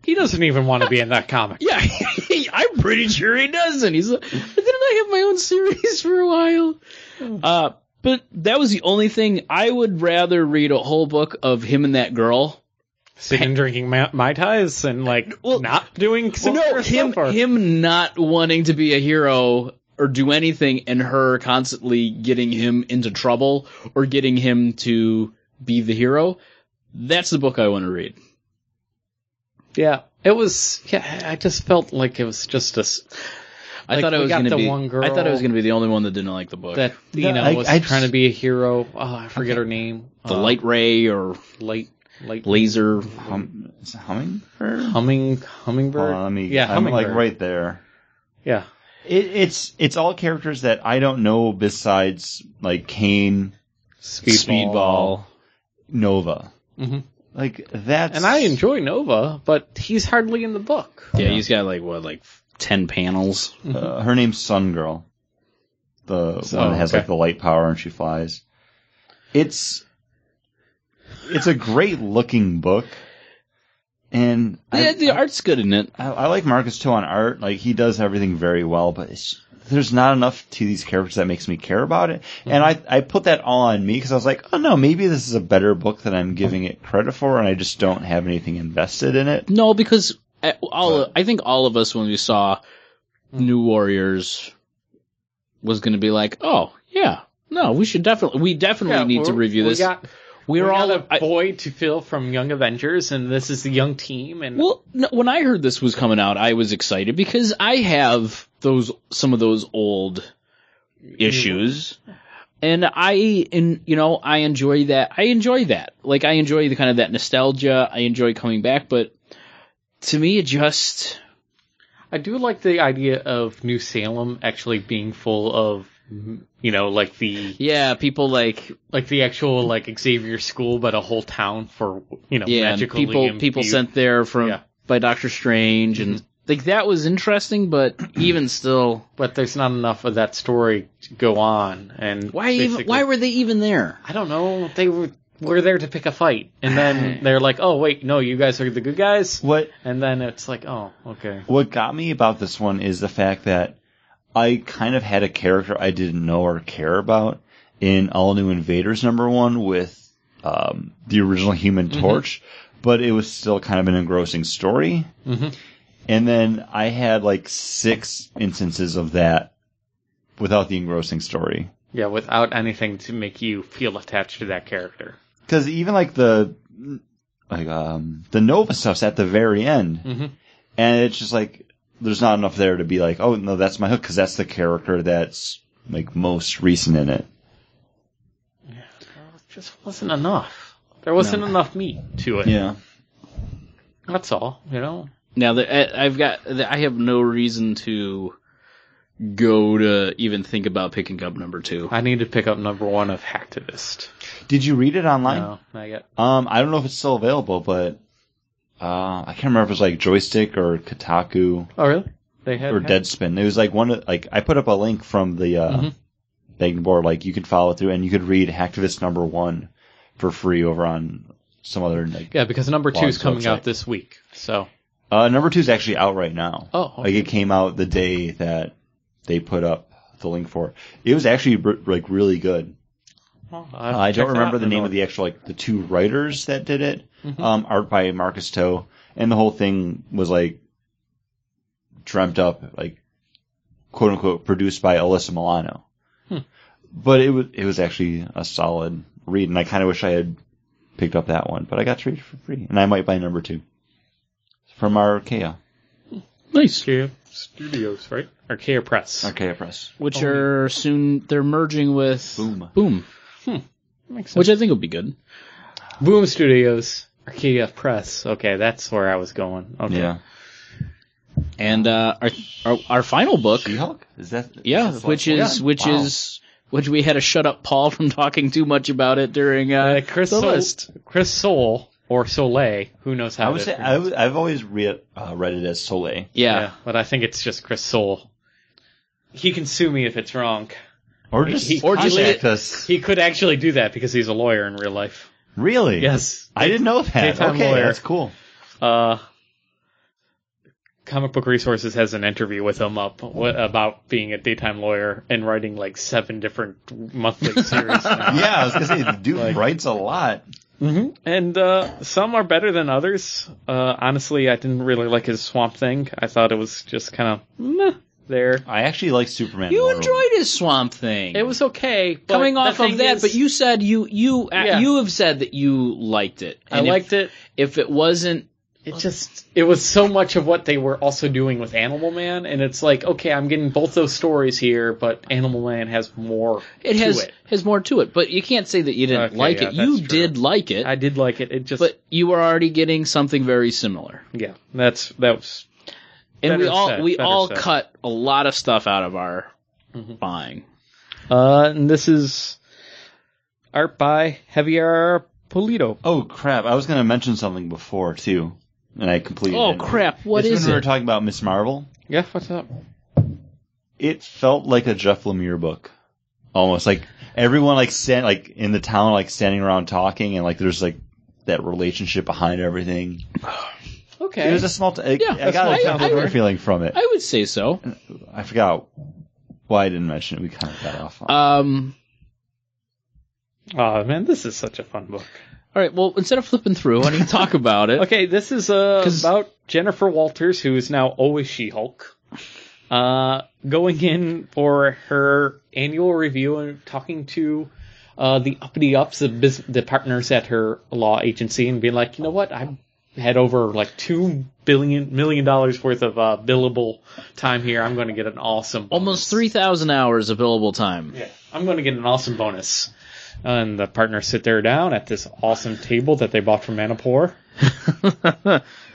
Speaker 3: He doesn't even want to be in that comic.
Speaker 2: Yeah, I'm pretty sure he doesn't. He's like, didn't I have my own series for a while?
Speaker 3: Oh.
Speaker 2: Uh, but that was the only thing I would rather read a whole book of him and that girl.
Speaker 3: Sitting and drinking ma- mai tais and like
Speaker 2: Well,
Speaker 3: not doing
Speaker 2: So no,
Speaker 3: similar
Speaker 2: him
Speaker 3: stuff or-
Speaker 2: him not wanting to be a hero or do anything, and her constantly getting him into trouble or getting him to be the hero. That's the book I want to read.
Speaker 3: Yeah, it was. Yeah, I just felt like it was just a s-
Speaker 2: I
Speaker 3: Like,
Speaker 2: thought I
Speaker 3: we
Speaker 2: was
Speaker 3: got
Speaker 2: going to
Speaker 3: the
Speaker 2: be.
Speaker 3: one girl-
Speaker 2: I thought I was going to be the only one that didn't like the book.
Speaker 3: that you
Speaker 1: Yeah,
Speaker 3: know
Speaker 1: I-
Speaker 3: was
Speaker 1: I just-
Speaker 3: trying to be a hero. Oh, I forget her name.
Speaker 2: the
Speaker 3: Uh,
Speaker 2: light ray or
Speaker 3: light, light,
Speaker 2: laser.
Speaker 1: Hum, is it hummingbird?
Speaker 3: humming,
Speaker 1: Hold
Speaker 3: hummingbird.
Speaker 1: on, let me,
Speaker 3: yeah,
Speaker 1: I'm
Speaker 3: hummingbird.
Speaker 1: like right there.
Speaker 3: Yeah,
Speaker 1: It, it's it's all characters that I don't know besides like Kane,
Speaker 3: speedball.
Speaker 1: Speedball, Nova.
Speaker 3: hmm
Speaker 1: Like that's
Speaker 3: And I enjoy Nova, but he's hardly in the book.
Speaker 2: Yeah, he's got like what, like ten panels.
Speaker 1: Uh, her name's Sun Girl. The
Speaker 3: So,
Speaker 1: one that has
Speaker 3: okay.
Speaker 1: like the light power and she flies. It's it's a great looking book, and I,
Speaker 2: yeah, the art's good in it.
Speaker 1: I, I like Marcus Toe on art. Like he does everything very well, but it's, there's not enough to these characters that makes me care about it. And I I put that all on me because I was like, oh no, maybe this is a better book than I'm giving it credit for, and I just don't have anything invested in it.
Speaker 2: No, because I- all
Speaker 1: But-
Speaker 2: I think all of us when we saw New Warriors was going to be like, oh yeah, no, we should definitely, we definitely
Speaker 3: Yeah,
Speaker 2: need to
Speaker 3: we're-
Speaker 2: review
Speaker 3: we
Speaker 2: this.
Speaker 3: Got,
Speaker 2: we
Speaker 3: we're
Speaker 2: were all
Speaker 3: a
Speaker 2: I-
Speaker 3: boy to fill from Young Avengers, and this is the young team. And
Speaker 2: well. No, when I heard this was coming out, I was excited because I have those some of those old issues. And I, in, you know, I enjoy that. I enjoy that. Like, I enjoy the kind of that nostalgia. I enjoy coming back, but to me, it just,
Speaker 3: I do like the idea of New Salem actually being full of, you know, like the
Speaker 2: yeah, people like,
Speaker 3: like the actual like Xavier School, but a whole town for you know
Speaker 2: yeah, and
Speaker 3: magical
Speaker 2: people
Speaker 3: imbue-
Speaker 2: people sent there from
Speaker 3: Yeah.
Speaker 2: by Doctor Strange and like that was interesting, but even still,
Speaker 3: but there's not enough of that story to go on. And
Speaker 2: why even
Speaker 3: basically-
Speaker 2: why were they even there?
Speaker 3: I don't know? They were were there to pick a fight, and then they're like, oh wait, no, you guys are the good guys,
Speaker 1: What
Speaker 3: and then it's like, oh okay,
Speaker 1: What got me about this one is the fact that I kind of had a character I didn't know or care about in All New Invaders number one with um, the original Human Torch, but it was still kind of an engrossing story.
Speaker 3: mm-hmm.
Speaker 1: And then I had like six instances of that without the engrossing story.
Speaker 3: yeah, without anything to make you feel attached to that character.
Speaker 1: Because even like the like um, the Nova stuff's at the very end,
Speaker 3: Mm-hmm.
Speaker 1: and it's just like there's not enough there to be like, oh no, that's my hook because that's the character that's like most recent in it.
Speaker 3: just wasn't enough. There wasn't enough meat to it.
Speaker 1: Yeah,
Speaker 3: That's all, you know?
Speaker 2: Now that I- I've got, that I have no reason to go to even think about picking up number two.
Speaker 3: I need to pick up number one of Hacktivist.
Speaker 1: did you read it online?
Speaker 3: No, not yet.
Speaker 1: Um, I don't know if it's still available, but uh, I can't remember if it was like Joystick or Kotaku
Speaker 3: Oh, really? They had
Speaker 1: or
Speaker 3: Hack-
Speaker 1: Deadspin. It was like one of like I put up a link from the uh,
Speaker 3: Mhm.
Speaker 1: begging board, like you could follow through and you could read Hacktivist number one for free over on some other like
Speaker 3: Yeah, because number two
Speaker 1: Blog's
Speaker 3: is coming
Speaker 1: website.
Speaker 3: out this week. So,
Speaker 1: uh, number two is actually out right now.
Speaker 3: oh,
Speaker 1: Like
Speaker 3: okay.
Speaker 1: it came out the day that they put up the link for it. It was actually br- like really good.
Speaker 3: Well, I'll
Speaker 1: Uh,
Speaker 3: have to
Speaker 1: I
Speaker 3: check
Speaker 1: don't
Speaker 3: that
Speaker 1: remember
Speaker 3: out
Speaker 1: the
Speaker 3: in a
Speaker 1: name of
Speaker 3: moment.
Speaker 1: the actual like the two writers that did it.
Speaker 3: Mhm.
Speaker 1: Um, art by Marcus Toe, and the whole thing was like dreamt up, like quote unquote, produced by Alyssa Milano.
Speaker 3: Hmm.
Speaker 1: But it was it was actually a solid read, and I kind of wish I had picked up that one, but I got to read it for free, and I might buy number two from Arkea,
Speaker 2: Nice.
Speaker 3: Archaea Studios, right? Archaea Press.
Speaker 1: Arkea Press.
Speaker 2: Which are soon, they're merging with
Speaker 1: Boom.
Speaker 2: Boom,
Speaker 3: Makes sense.
Speaker 2: which I think will be good.
Speaker 3: Boom Studios, Archaea Press. Okay, that's where I was going. Okay.
Speaker 1: Yeah,
Speaker 2: And, uh, our, our, our final book.
Speaker 1: She Hulk is that?
Speaker 2: Yeah,
Speaker 1: is this
Speaker 2: which
Speaker 1: last one?
Speaker 2: is which
Speaker 1: Wow.
Speaker 2: is which we had to shut up Paul from talking too much about it during uh,
Speaker 3: Uh, Chris,
Speaker 2: the
Speaker 3: Sol-
Speaker 2: list.
Speaker 3: Chris Soul, or Soleil, who knows how
Speaker 1: I
Speaker 3: to
Speaker 1: would say
Speaker 3: pronounce
Speaker 1: I would, I've always read uh, read it as Soleil.
Speaker 2: Yeah.
Speaker 3: Yeah. but I think it's just Chris Soul. He can sue me if it's wrong.
Speaker 1: Or just
Speaker 3: He-
Speaker 2: or just-
Speaker 1: contact us.
Speaker 3: He could actually do that because he's a lawyer in real life.
Speaker 1: Really?
Speaker 3: Yes.
Speaker 1: I didn't know that.
Speaker 3: Daytime
Speaker 1: Okay,
Speaker 3: lawyer.
Speaker 1: that's cool.
Speaker 3: Uh, Comic Book Resources has an interview with him up wh- about being a daytime lawyer and writing like seven different monthly series. now.
Speaker 1: Yeah, I was gonna say the dude
Speaker 3: Like-
Speaker 1: writes a lot.
Speaker 3: And uh, some are better than others. Uh, honestly, I didn't really like his Swamp Thing. I thought it was just kind of meh there.
Speaker 1: I actually like Superman.
Speaker 2: You
Speaker 1: Wonder Woman.
Speaker 2: enjoyed his swamp thing.
Speaker 3: It was okay. But
Speaker 2: coming
Speaker 3: the
Speaker 2: off
Speaker 3: thing
Speaker 2: of that,
Speaker 3: is,
Speaker 2: but you said you you uh,
Speaker 3: Yeah.
Speaker 2: you have said that you liked it.
Speaker 3: I
Speaker 2: And if-
Speaker 3: liked it.
Speaker 2: If it wasn't,
Speaker 3: It just it was so much of what they were also doing with Animal Man, and it's like, okay, I'm getting both those stories here, but Animal Man has more.
Speaker 2: it
Speaker 3: to
Speaker 2: has
Speaker 3: it.
Speaker 2: has more to it. But you can't say that you didn't
Speaker 3: Okay,
Speaker 2: like
Speaker 3: yeah,
Speaker 2: it. You
Speaker 3: that's true.
Speaker 2: did like it,
Speaker 3: I did like it. It just
Speaker 2: but you were already getting something very similar.
Speaker 3: yeah, that's that was
Speaker 2: And we
Speaker 3: Better
Speaker 2: all
Speaker 3: said,
Speaker 2: we
Speaker 3: better
Speaker 2: all
Speaker 3: said.
Speaker 2: cut a lot of stuff out of our
Speaker 3: Mhm.
Speaker 2: buying.
Speaker 3: Uh, and this is art by Javier Polito.
Speaker 1: Oh crap! I was going to mention something before too, and I completely.
Speaker 2: Oh
Speaker 1: didn't.
Speaker 2: crap! What
Speaker 1: it's
Speaker 2: is
Speaker 1: when we were
Speaker 2: it?
Speaker 1: talking about Miss Marvel.
Speaker 3: Yeah, what's up?
Speaker 1: It felt like a Jeff Lemire book, almost like everyone like stand like in the town like standing around talking, and like there's like that relationship behind everything.
Speaker 3: Okay.
Speaker 1: It was a small. T- I-
Speaker 2: Yeah,
Speaker 1: I
Speaker 2: that's
Speaker 1: got
Speaker 2: what
Speaker 1: a
Speaker 2: I-
Speaker 1: Jeff
Speaker 2: I-
Speaker 1: Lemire feeling from it.
Speaker 2: I would say so.
Speaker 1: I forgot why I didn't mention it. We kind of got off. on
Speaker 2: Um,
Speaker 3: oh man, this is such a fun book.
Speaker 2: all right. Well, instead of flipping through, why don't you talk about it?
Speaker 3: Okay, this is uh,
Speaker 2: 'Cause-
Speaker 3: about Jennifer Walters, who is now always She Hulk, uh, going in for her annual review and talking to uh, the uppity ups, the, bus- the partners at her law agency, and being like, you know what, I had over like two billion million dollars worth of uh, billable time here. I'm going to get an awesome, bonus.
Speaker 2: Almost three thousand hours of billable time.
Speaker 3: Yeah, I'm going to get an awesome bonus. And the partners sit there down at this awesome table that they bought from Manipur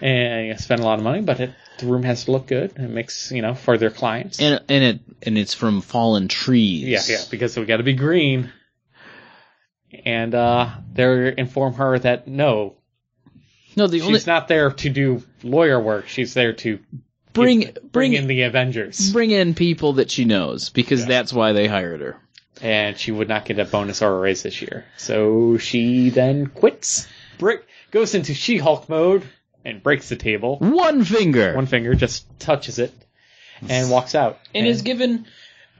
Speaker 3: and you spend a lot of money, but it, the room has to look good. It makes you know for their clients.
Speaker 2: and and it and it's from fallen trees.
Speaker 3: yeah, yeah, because we got to be green. And uh, they inform her that no,
Speaker 2: No, the only
Speaker 3: she's not there to do lawyer work. She's there to
Speaker 2: bring
Speaker 3: give-
Speaker 2: bring bring in,
Speaker 3: in the Avengers,
Speaker 2: people that she knows because that's why they hired her.
Speaker 3: and she would not get a bonus or a raise this year. So she then quits, break, goes into She-Hulk mode, and breaks the table.
Speaker 2: One finger.
Speaker 3: One finger just touches it, and walks out.
Speaker 2: and is given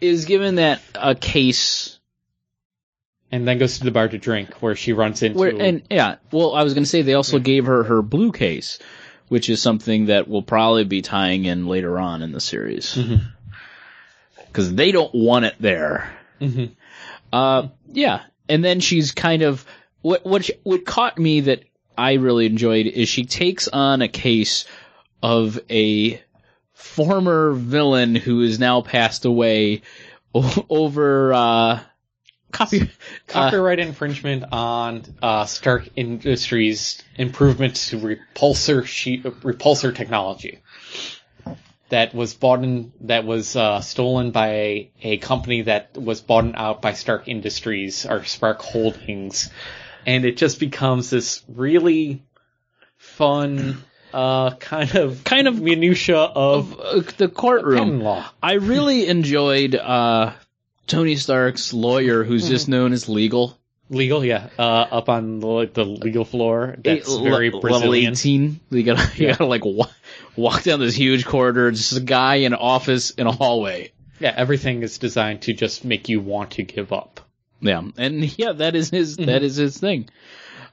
Speaker 2: is given that a case
Speaker 3: and then goes to the bar to drink, where she runs into
Speaker 2: where and yeah. Well, I was going to say they also gave her her blue case, which is something that will probably be tying in later on in the series because they don't want it there.
Speaker 3: Mhm.
Speaker 2: Uh, yeah, and then she's kind of what what she- what caught me that I really enjoyed is she takes on a case of a former villain who is now passed away o- over uh, copy uh,
Speaker 3: copyright infringement on uh, Stark Industries improvements to repulsor she- repulsor technology that was bought in that was uh, stolen by a company that was bought out by Stark Industries or Spark Holdings, and it just becomes this really fun uh, kind of
Speaker 2: Kind of-
Speaker 3: minutia of,
Speaker 2: of uh, the courtroom.
Speaker 3: patent law.
Speaker 2: I really enjoyed uh, Tony Stark's lawyer, who's just known as legal.
Speaker 3: Legal, yeah. Uh, up on the, the legal floor. That's
Speaker 2: Eight-
Speaker 3: very
Speaker 2: le-
Speaker 3: Brazilian.
Speaker 2: Level 18. You gotta, you
Speaker 3: Yeah.
Speaker 2: gotta like wa- walk down this huge corridor. It's just a guy in an office in a hallway.
Speaker 3: Yeah, everything is designed to just make you want to give up.
Speaker 2: Yeah. And yeah, that is his, that is his thing.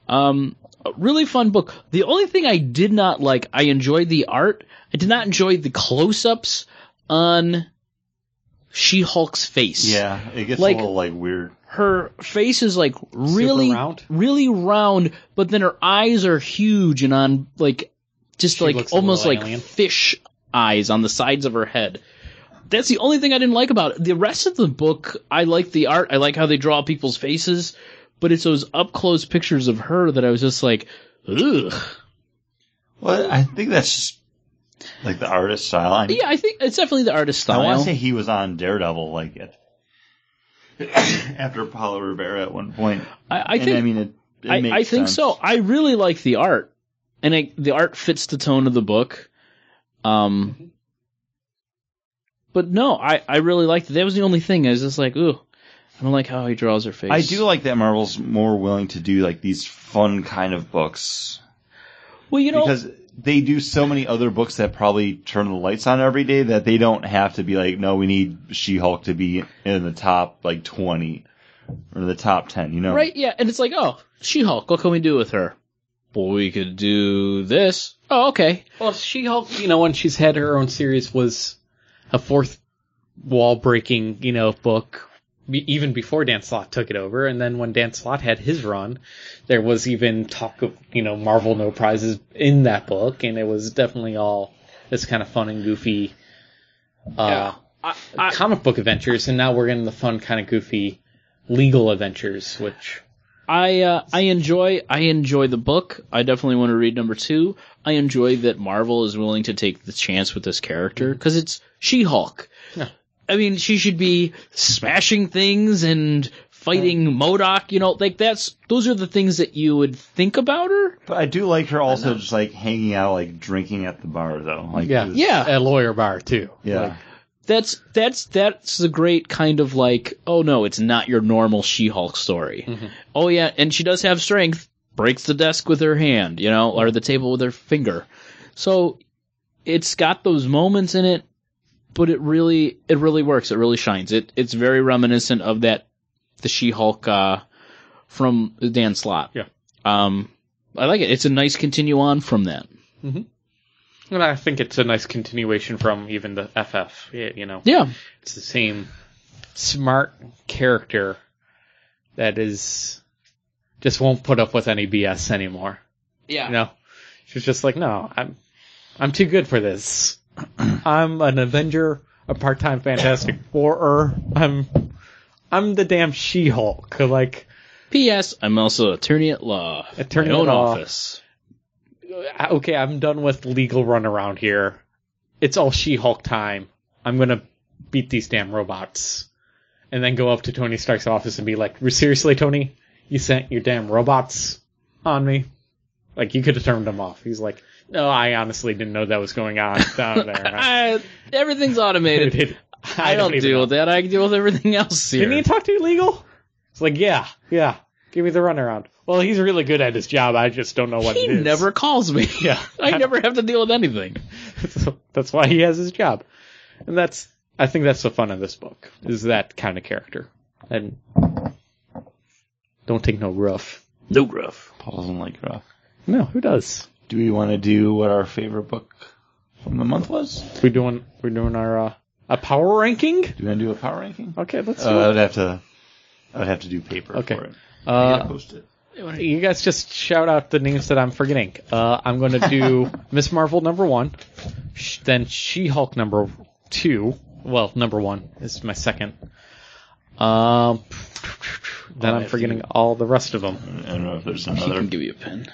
Speaker 2: Um, a really fun book. The only thing I did not like, I enjoyed the art. I did not enjoy the close ups on She-Hulk's face.
Speaker 1: it. yeah, it gets
Speaker 2: Like-
Speaker 1: a little like weird.
Speaker 2: her face is like really
Speaker 3: round?
Speaker 2: really round, but then her eyes are huge and on like just like
Speaker 3: looks a
Speaker 2: almost
Speaker 3: little
Speaker 2: like
Speaker 3: alien.
Speaker 2: fish eyes on the sides of her head. That's the only thing I didn't like about it. The rest of the book, I like the art. I like how they draw people's faces, but it's those up close pictures of her that I was just like, ugh.
Speaker 1: Well, I think that's just like the artist style. I,
Speaker 2: Yeah, I think it's definitely the artist
Speaker 1: I
Speaker 2: style.
Speaker 1: want to say he was on Daredevil, like at, after Paulo Rivera at one point.
Speaker 2: I, I
Speaker 1: And
Speaker 2: think
Speaker 1: I mean, it, it
Speaker 2: I,
Speaker 1: makes
Speaker 2: I think
Speaker 1: sense.
Speaker 2: so. I really like the art, and I, the art fits the tone of the book. Um, but no, I, I really liked it. That was the only thing. I was just like, ooh, I don't like how he draws her face.
Speaker 1: I do like that Marvel's more willing to do like these fun kind of books
Speaker 2: Well, you know,
Speaker 1: because they do so many other books that probably turn the lights on every day that they don't have to be like, no, we need She-Hulk to be in the top like twenty or the top ten. You know,
Speaker 2: right? Yeah, and it's like, oh, She Hulk. What can we do with her? Well, we could do this. Oh, okay.
Speaker 3: Well, She Hulk, you know, when she's had her own series, was a fourth wall breaking, you know, book. Be- Even before Dan Slott took it over, and then when Dan Slott had his run, there was even talk of you know Marvel no prizes in that book, and it was definitely all this kind of fun and goofy uh,
Speaker 2: I, I,
Speaker 3: comic book adventures, and now we're getting the fun kind of goofy legal adventures, which
Speaker 2: I uh, I enjoy I enjoy the book. I definitely want to read number two. I enjoy that Marvel is willing to take the chance with this character because it's She Hulk.
Speaker 3: Yeah.
Speaker 2: I mean, she should be smashing things and fighting Modoc, you know, like that's those are the things that you would think about her.
Speaker 1: But I do like her also just like hanging out, like drinking at the bar though. Like
Speaker 3: Yeah.
Speaker 1: it was-
Speaker 2: Yeah.
Speaker 3: At lawyer bar too.
Speaker 1: yeah.
Speaker 3: Like,
Speaker 2: That's that's that's a great kind of like, oh no, it's not your normal She-Hulk story.
Speaker 3: Mm-hmm.
Speaker 2: Oh yeah, and she does have strength. Breaks the desk with her hand, you know, or the table with her finger. So it's got those moments in it, but it really it really works. It really shines. It it's very reminiscent of that the She-Hulk uh, from Dan Slott.
Speaker 3: Yeah.
Speaker 2: Um, I like it. It's a nice continue on from that.
Speaker 3: and I think it's a nice continuation from even the FF. y- You know,
Speaker 2: Yeah.
Speaker 3: it's the same smart character that is just won't put up with any BS anymore.
Speaker 2: Yeah.
Speaker 3: You know, she's just like, no, I'm, I'm too good for this. I'm an Avenger, a part-time Fantastic Fourer. I'm, I'm the damn She-Hulk. Like,
Speaker 2: P.S. I'm also attorney at law.
Speaker 3: Attorney
Speaker 2: My
Speaker 3: at
Speaker 2: own
Speaker 3: law.
Speaker 2: office.
Speaker 3: I- okay, I'm done with legal runaround here. It's all She-Hulk time. I'm gonna beat these damn robots, and then go up to Tony Stark's office and be like, "Seriously, Tony, you sent your damn robots on me? Like you could have turned them off." He's like, "No, I honestly didn't know that was going on down there."
Speaker 2: I, Uh, everything's automated. I, don't,
Speaker 3: Uh-huh. even
Speaker 2: deal
Speaker 3: know.
Speaker 2: with that. I deal with everything else here.
Speaker 3: Didn't he talk to you legal? It's like, yeah, yeah. Give me the runaround. Well, he's really good at his job. I just don't know what
Speaker 2: He
Speaker 3: it is.
Speaker 2: never calls me.
Speaker 3: Yeah.
Speaker 2: I never have to deal with anything.
Speaker 3: So that's why he has his job. And that's I think that's the fun of this book is that kind of character. And don't take no rough.
Speaker 2: No rough.
Speaker 1: Paul doesn't like rough.
Speaker 3: No, who does?
Speaker 1: Do we want to do what our favorite book from the month was?
Speaker 3: We're doing we're doing our uh, a power ranking.
Speaker 1: Do we want to do a power ranking?
Speaker 3: Okay, let's do
Speaker 1: Uh, I
Speaker 3: it.
Speaker 1: would have to. I would have to do paper
Speaker 3: Okay.
Speaker 1: for it. I gotta
Speaker 3: Uh,
Speaker 1: post it.
Speaker 3: you guys just shout out the names that I'm forgetting. Uh, I'm going to do Miss Marvel number one, sh- then She Hulk number two. Well, number one is my second. Um, then I'm forgetting all the rest of them.
Speaker 1: I don't know if there's
Speaker 2: He
Speaker 1: another
Speaker 2: can give you a pen.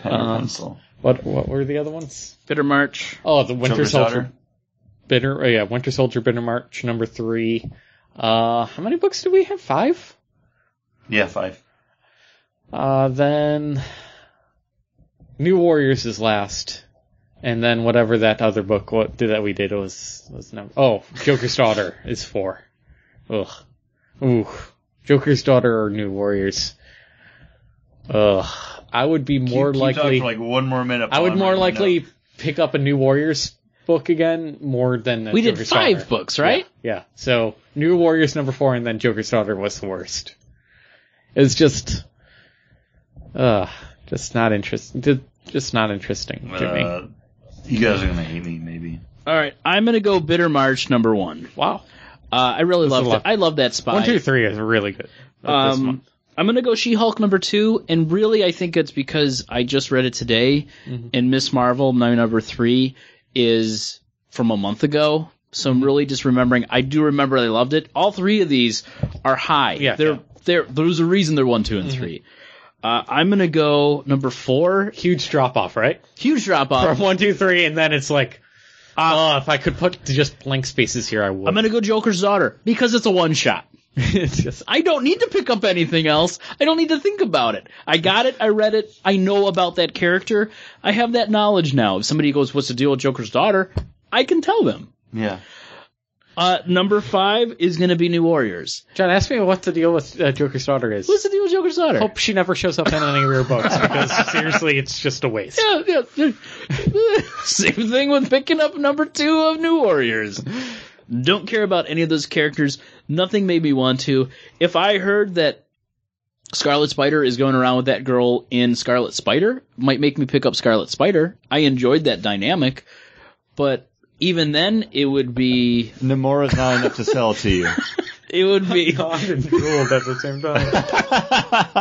Speaker 1: pen or
Speaker 3: Um,
Speaker 1: pencil.
Speaker 3: What what were the other ones?
Speaker 2: Bitter March.
Speaker 3: Oh, the Winter
Speaker 1: Joker's
Speaker 3: Soldier
Speaker 1: Daughter.
Speaker 3: Bitter. Oh yeah, Winter Soldier Bitter March number three. Uh, how many books do we have? Five.
Speaker 1: Yeah, five.
Speaker 3: Uh, then New Warriors is last, and then whatever that other book what did that we did was was number. Oh, Joker's Daughter is four. Ugh. Ooh. Joker's Daughter or New Warriors. Ugh. I would be more
Speaker 1: Keep- keep talking
Speaker 3: likely.
Speaker 1: for like one more minute.
Speaker 3: I would
Speaker 1: Paul,
Speaker 3: more
Speaker 1: I'm writing
Speaker 3: likely
Speaker 1: it
Speaker 3: pick up a New Warriors book again more than a
Speaker 2: We did
Speaker 3: Joker's
Speaker 2: five
Speaker 3: Daughter.
Speaker 2: books, right?
Speaker 3: Yeah, yeah. So New Warriors number four, and then Joker's Daughter was the worst. It's just, uh, just not interesting. Just not interesting
Speaker 1: up.
Speaker 3: to me.
Speaker 1: Uh, you guys are gonna hate me, maybe.
Speaker 2: All right. I'm going to go Bitter March number one.
Speaker 3: Wow.
Speaker 2: Uh, I really love
Speaker 3: a
Speaker 2: that.
Speaker 3: lot.
Speaker 2: I love that spot.
Speaker 3: One, two, three is really good. Like this
Speaker 2: Um,
Speaker 3: one.
Speaker 2: I'm gonna go She-Hulk number two, and really, I think it's because I just read it today,
Speaker 3: Mm-hmm.
Speaker 2: and Miss Marvel my number three is from a month ago. So
Speaker 3: Mm-hmm.
Speaker 2: I'm really just remembering. I do remember I loved it. All three of these are high.
Speaker 3: Yeah,
Speaker 2: they're
Speaker 3: yeah. Mm-hmm.
Speaker 2: they're there's a reason they're one, two, and three. Uh, I'm gonna go number four.
Speaker 3: Huge drop off, right?
Speaker 2: Huge drop off.
Speaker 3: From one, two, three, and then it's like, oh, if I could put just blank spaces here, I would.
Speaker 2: I'm gonna go Joker's daughter because it's a one shot.
Speaker 3: it's just,
Speaker 2: I don't need to pick up anything else. I don't need to think about it. I got it. I read it. I know about that character. I have that knowledge now. If somebody goes, what's the deal with Joker's daughter? I can tell them.
Speaker 1: Yeah.
Speaker 2: Uh, number five is going to be New Warriors.
Speaker 3: John, ask me what the deal with uh, Joker's Daughter is.
Speaker 2: What's the deal with Joker's daughter?
Speaker 3: hope she never shows up in any of your books because seriously, it's just a waste.
Speaker 2: Yeah, yeah. Same thing with picking up number two of New Warriors. Don't care about any of those characters. Nothing made me want to. If I heard that Scarlet Spider is going around with that girl in Scarlet Spider, might make me pick up Scarlet Spider. I enjoyed that dynamic, but even then, it would be
Speaker 1: Namora's not enough to sell to you.
Speaker 2: it would be
Speaker 3: and ruled at the same time.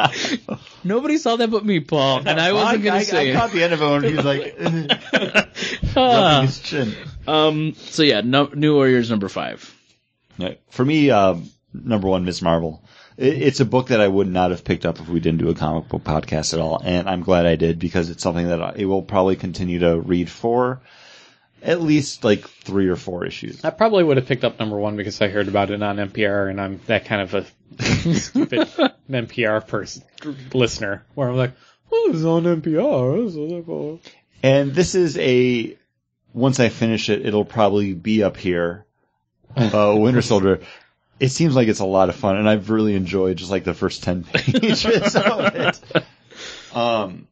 Speaker 2: nobody saw that but me, Paul, and I wasn't
Speaker 1: I,
Speaker 2: gonna
Speaker 1: I,
Speaker 2: say
Speaker 1: I
Speaker 2: it.
Speaker 1: caught the end of it when he was like "Eh, rubbing
Speaker 2: Ah.
Speaker 1: his chin.
Speaker 2: um. So yeah, no, New Warriors number five.
Speaker 1: No, For me, uh, number one, Miss Marvel. It, it's a book that I would not have picked up if we didn't do a comic book podcast at all, and I'm glad I did because it's something that I it will probably continue to read for. at least like three or four issues.
Speaker 3: I probably would have picked up number one because I heard about it on NPR, and I'm that kind of a stupid NPR person listener, where I'm like, "Oh, it's on NPR." it's on NPR."
Speaker 1: And this is a once I finish it, it'll probably be up here. Uh, Winter Soldier. It seems like it's a lot of fun, and I've really enjoyed just like the first ten pages of it. Um,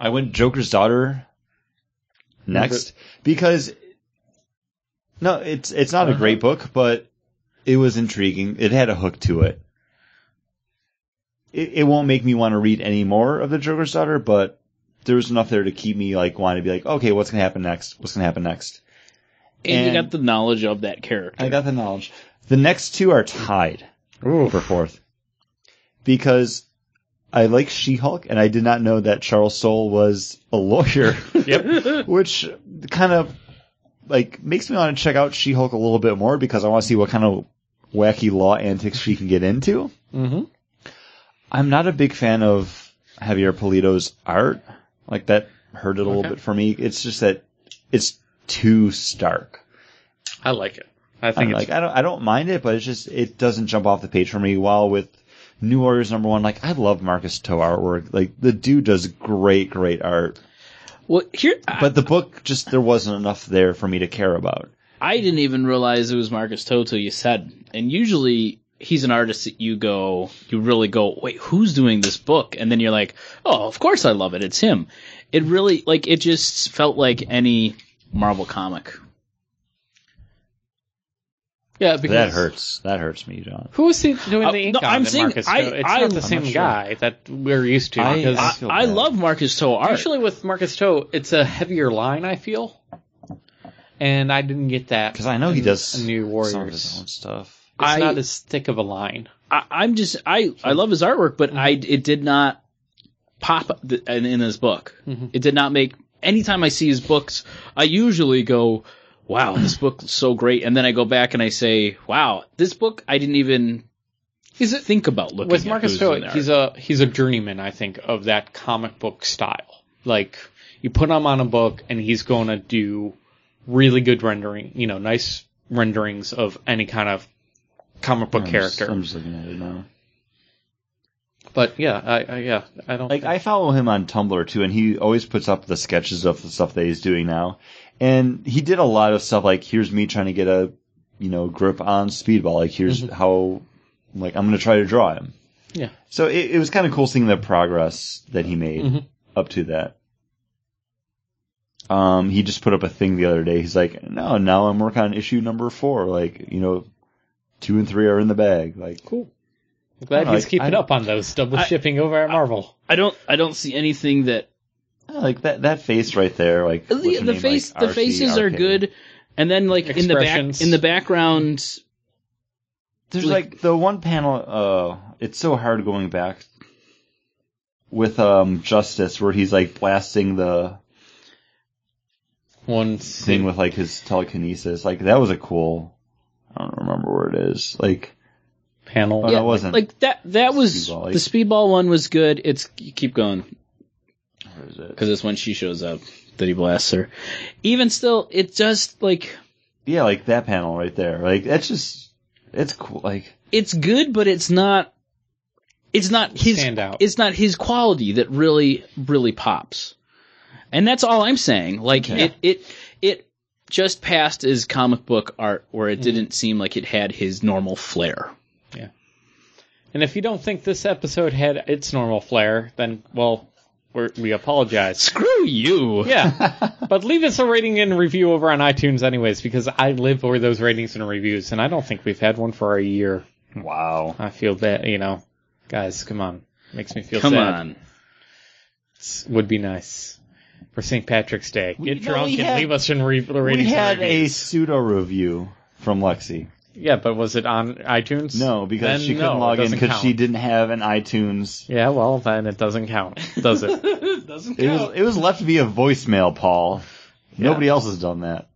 Speaker 1: I went Joker's daughter next because no, it's it's not a great book, but it was intriguing. It had a hook to it. It, it won't make me want to read any more of the Joker's daughter, but there was enough there to keep me like wanting to be like, okay, what's gonna happen next? What's gonna happen next?
Speaker 2: And,
Speaker 1: And-
Speaker 2: you got the knowledge of that character.
Speaker 1: I got the knowledge. The next two are tied for fourth because I like She-Hulk, and I did not know that Charles Soule was a lawyer,
Speaker 3: Yep.
Speaker 1: which kind of like makes me want to check out She-Hulk a little bit more because I want to see what kind of wacky law antics she can get into.
Speaker 3: Mm-hmm.
Speaker 1: I'm not a big fan of Javier Polito's art. Like that hurt it a little
Speaker 3: Okay.
Speaker 1: bit for me. It's just that it's too stark.
Speaker 3: I like it. I
Speaker 1: I
Speaker 3: think it's
Speaker 1: like I don't I don't mind it, but it's just it doesn't jump off the page for me. While with New Warriors number one, like I love Marcus Toe artwork. Like the dude does great, great art.
Speaker 2: well, here I,
Speaker 1: But the book just there wasn't enough there for me to care about.
Speaker 2: I didn't even realize it was Marcus Toto. You said, and usually he's an artist that you go, you really go, wait, who's doing this book? And then you're like, oh, of course I love it. It's him. It really like it just felt like any Marvel comic.
Speaker 3: yeah. Because
Speaker 1: That hurts. That hurts me, John.
Speaker 3: Who is he doing
Speaker 2: Uh,
Speaker 3: the ink
Speaker 2: no,
Speaker 3: on?
Speaker 2: I'm
Speaker 3: that
Speaker 2: saying
Speaker 3: Marcus
Speaker 2: I-
Speaker 3: Toe? It's
Speaker 2: I-
Speaker 3: not the
Speaker 2: I'm
Speaker 3: same
Speaker 1: not sure.
Speaker 3: guy that we're used to.
Speaker 1: I-
Speaker 3: 'cause
Speaker 1: I- feel
Speaker 2: I
Speaker 1: bad.
Speaker 2: love Marcus Toe art.
Speaker 3: usually with Marcus Toe, it's a heavier line. I feel, and I didn't get that
Speaker 1: Because I know he
Speaker 3: in
Speaker 1: does
Speaker 3: New
Speaker 1: some of his
Speaker 3: Warriors.
Speaker 1: own
Speaker 3: It's
Speaker 1: stuff.
Speaker 2: I-
Speaker 3: not as thick of a line.
Speaker 2: I, I'm just I I love his artwork, but I
Speaker 3: Mm-hmm.
Speaker 2: it did not pop th- in, in his book.
Speaker 3: Mm-hmm.
Speaker 2: It did not make. Anytime I see his books, I usually go, "Wow, this book is so great," and then I go back and I say, "Wow, this book I didn't even think about looking
Speaker 3: with
Speaker 2: at
Speaker 3: Marcus
Speaker 2: who's
Speaker 3: Toe,
Speaker 2: in there.
Speaker 3: he's a he's a journeyman, I think, of that comic book style. Like you put him on a book, and he's going to do really good rendering. You know, nice renderings of any kind of comic book
Speaker 1: I'm just-
Speaker 3: character.
Speaker 1: I'm just looking at it now.
Speaker 3: But yeah, I, I yeah, I don't
Speaker 1: Like
Speaker 3: think-
Speaker 1: I follow him on Tumblr too, and he always puts up the sketches of the stuff that he's doing now. And he did a lot of stuff like here's me trying to get a you know grip on speedball. Like here's
Speaker 2: Mm-hmm.
Speaker 1: how like I'm gonna try to draw him.
Speaker 3: Yeah.
Speaker 1: So it, it was kind of cool seeing the progress that he made
Speaker 2: Mm-hmm.
Speaker 3: Mhm.
Speaker 1: up to that. Um, he just put up a thing the other day. He's like, no, now I'm working on issue number four. Like you know, two and three are in the bag. Like
Speaker 3: cool. I'm glad
Speaker 1: I
Speaker 3: he's
Speaker 1: like-
Speaker 3: keeping
Speaker 1: I-
Speaker 3: up on those double
Speaker 2: I-
Speaker 3: shipping over at Marvel.
Speaker 2: I don't I don't see anything that
Speaker 1: like that that face right there. Like what's
Speaker 2: the,
Speaker 1: her
Speaker 2: the
Speaker 1: name?
Speaker 2: face
Speaker 1: Like,
Speaker 2: the
Speaker 1: RC,
Speaker 2: faces are
Speaker 1: RK.
Speaker 2: good, and then like in the back
Speaker 3: Expressions.
Speaker 2: in the background.
Speaker 1: There's
Speaker 2: Like-
Speaker 1: like, the one panel. Uh, it's so hard going back with um Justice, where he's like blasting the
Speaker 3: One
Speaker 1: thing with like his telekinesis. Like that was a cool. I don't remember where it is. Like
Speaker 3: panel.
Speaker 1: Oh, no, it wasn't.
Speaker 2: Like that that was
Speaker 1: Speedball, like-
Speaker 2: the speedball one was good. It's keep going.
Speaker 1: where is it?
Speaker 2: because it's when she shows up that he blasts her. Even still, it just like
Speaker 1: Yeah, like that panel right there. Like that's just it's cool. Like
Speaker 2: it's good, but it's not. It's not his.
Speaker 3: Stand out.
Speaker 2: It's not his quality that really really pops, and that's all I'm saying. Like
Speaker 1: Okay.
Speaker 2: it it it just passed as comic book art, where
Speaker 1: Hmm.
Speaker 2: it didn't seem like it had his normal flair.
Speaker 3: And if you don't think this episode had its normal flair, then well, we're, we apologize.
Speaker 2: Screw you.
Speaker 3: Yeah, but leave us a rating and review over on iTunes, anyways, because I live for those ratings and reviews, and I don't think we've had one for a year.
Speaker 1: wow.
Speaker 3: I feel that you know, guys, come on, makes me feel
Speaker 2: Come
Speaker 3: sad.
Speaker 2: on.
Speaker 3: It's- would be nice for St. Patrick's Day.
Speaker 1: We-
Speaker 3: Get
Speaker 1: no,
Speaker 3: drunk
Speaker 1: we
Speaker 3: and
Speaker 1: had-
Speaker 3: leave us in re-
Speaker 1: We
Speaker 3: ratings.
Speaker 1: had
Speaker 3: and
Speaker 1: a
Speaker 3: reviews.
Speaker 1: pseudo review from Lexi.
Speaker 3: yeah, but was it on iTunes?
Speaker 1: No, because
Speaker 3: Then
Speaker 1: she couldn't
Speaker 3: no, it
Speaker 1: log in
Speaker 3: doesn't
Speaker 1: because she
Speaker 3: count.
Speaker 1: didn't have an iTunes.
Speaker 3: Yeah, well then it doesn't count, does it?
Speaker 2: Doesn't
Speaker 1: It was it was left via voicemail, Paul. Nobody else has done that.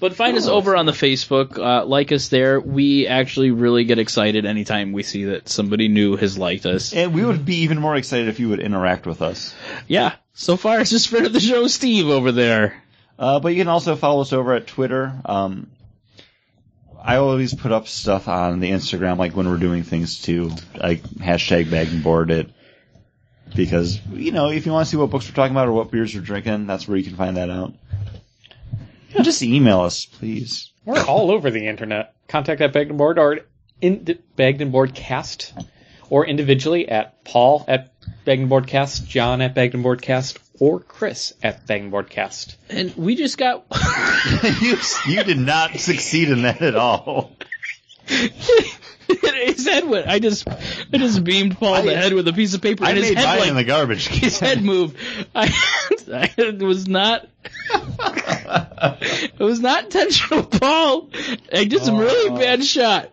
Speaker 2: But find us over on the Facebook. Uh, like us there. We actually really get excited anytime we see that somebody new has liked us.
Speaker 1: And we would be even more excited if you would interact with us.
Speaker 2: Yeah. So far, it's just friend of the show, Steve, over there.
Speaker 1: Uh, but you can also follow us over at Twitter. Um, I always put up stuff on the Instagram, like when we're doing things too, like hashtag bagging board it. Because, you know, if you want to see what books we're talking about or what beers we're drinking, that's where you can find that out. Just email us, please.
Speaker 3: We're all over the internet. Contact at Bagden Board or in Bagden Board Cast or individually at Paul at Bagden Board Cast, John at Bagden Board Cast, or Chris at Bagden Board Cast.
Speaker 2: And we just got.
Speaker 1: you, you did not succeed in that at all.
Speaker 2: his head went. I just, I just beamed Paul in the
Speaker 1: I-
Speaker 2: head with a piece of paper, and his head like
Speaker 1: the garbage
Speaker 2: his head moved. I, I was not. it was not intentional, Paul. I did some really bad shot.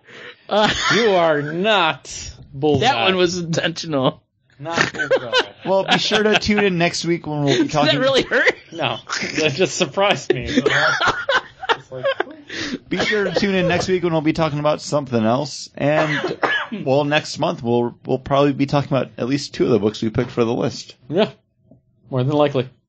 Speaker 2: Uh,
Speaker 3: You are not bullseye.
Speaker 2: that one was intentional.
Speaker 3: not bullseye.
Speaker 1: Well, be sure to tune in next week when we'll be
Speaker 2: Did that
Speaker 1: talking.
Speaker 2: really hurt?
Speaker 3: no, that just surprised me. It's like,
Speaker 1: Be sure to tune in next week when we'll be talking about something else. And well, next month we'll we'll probably be talking about at least two of the books we picked for the list.
Speaker 3: yeah, more than likely.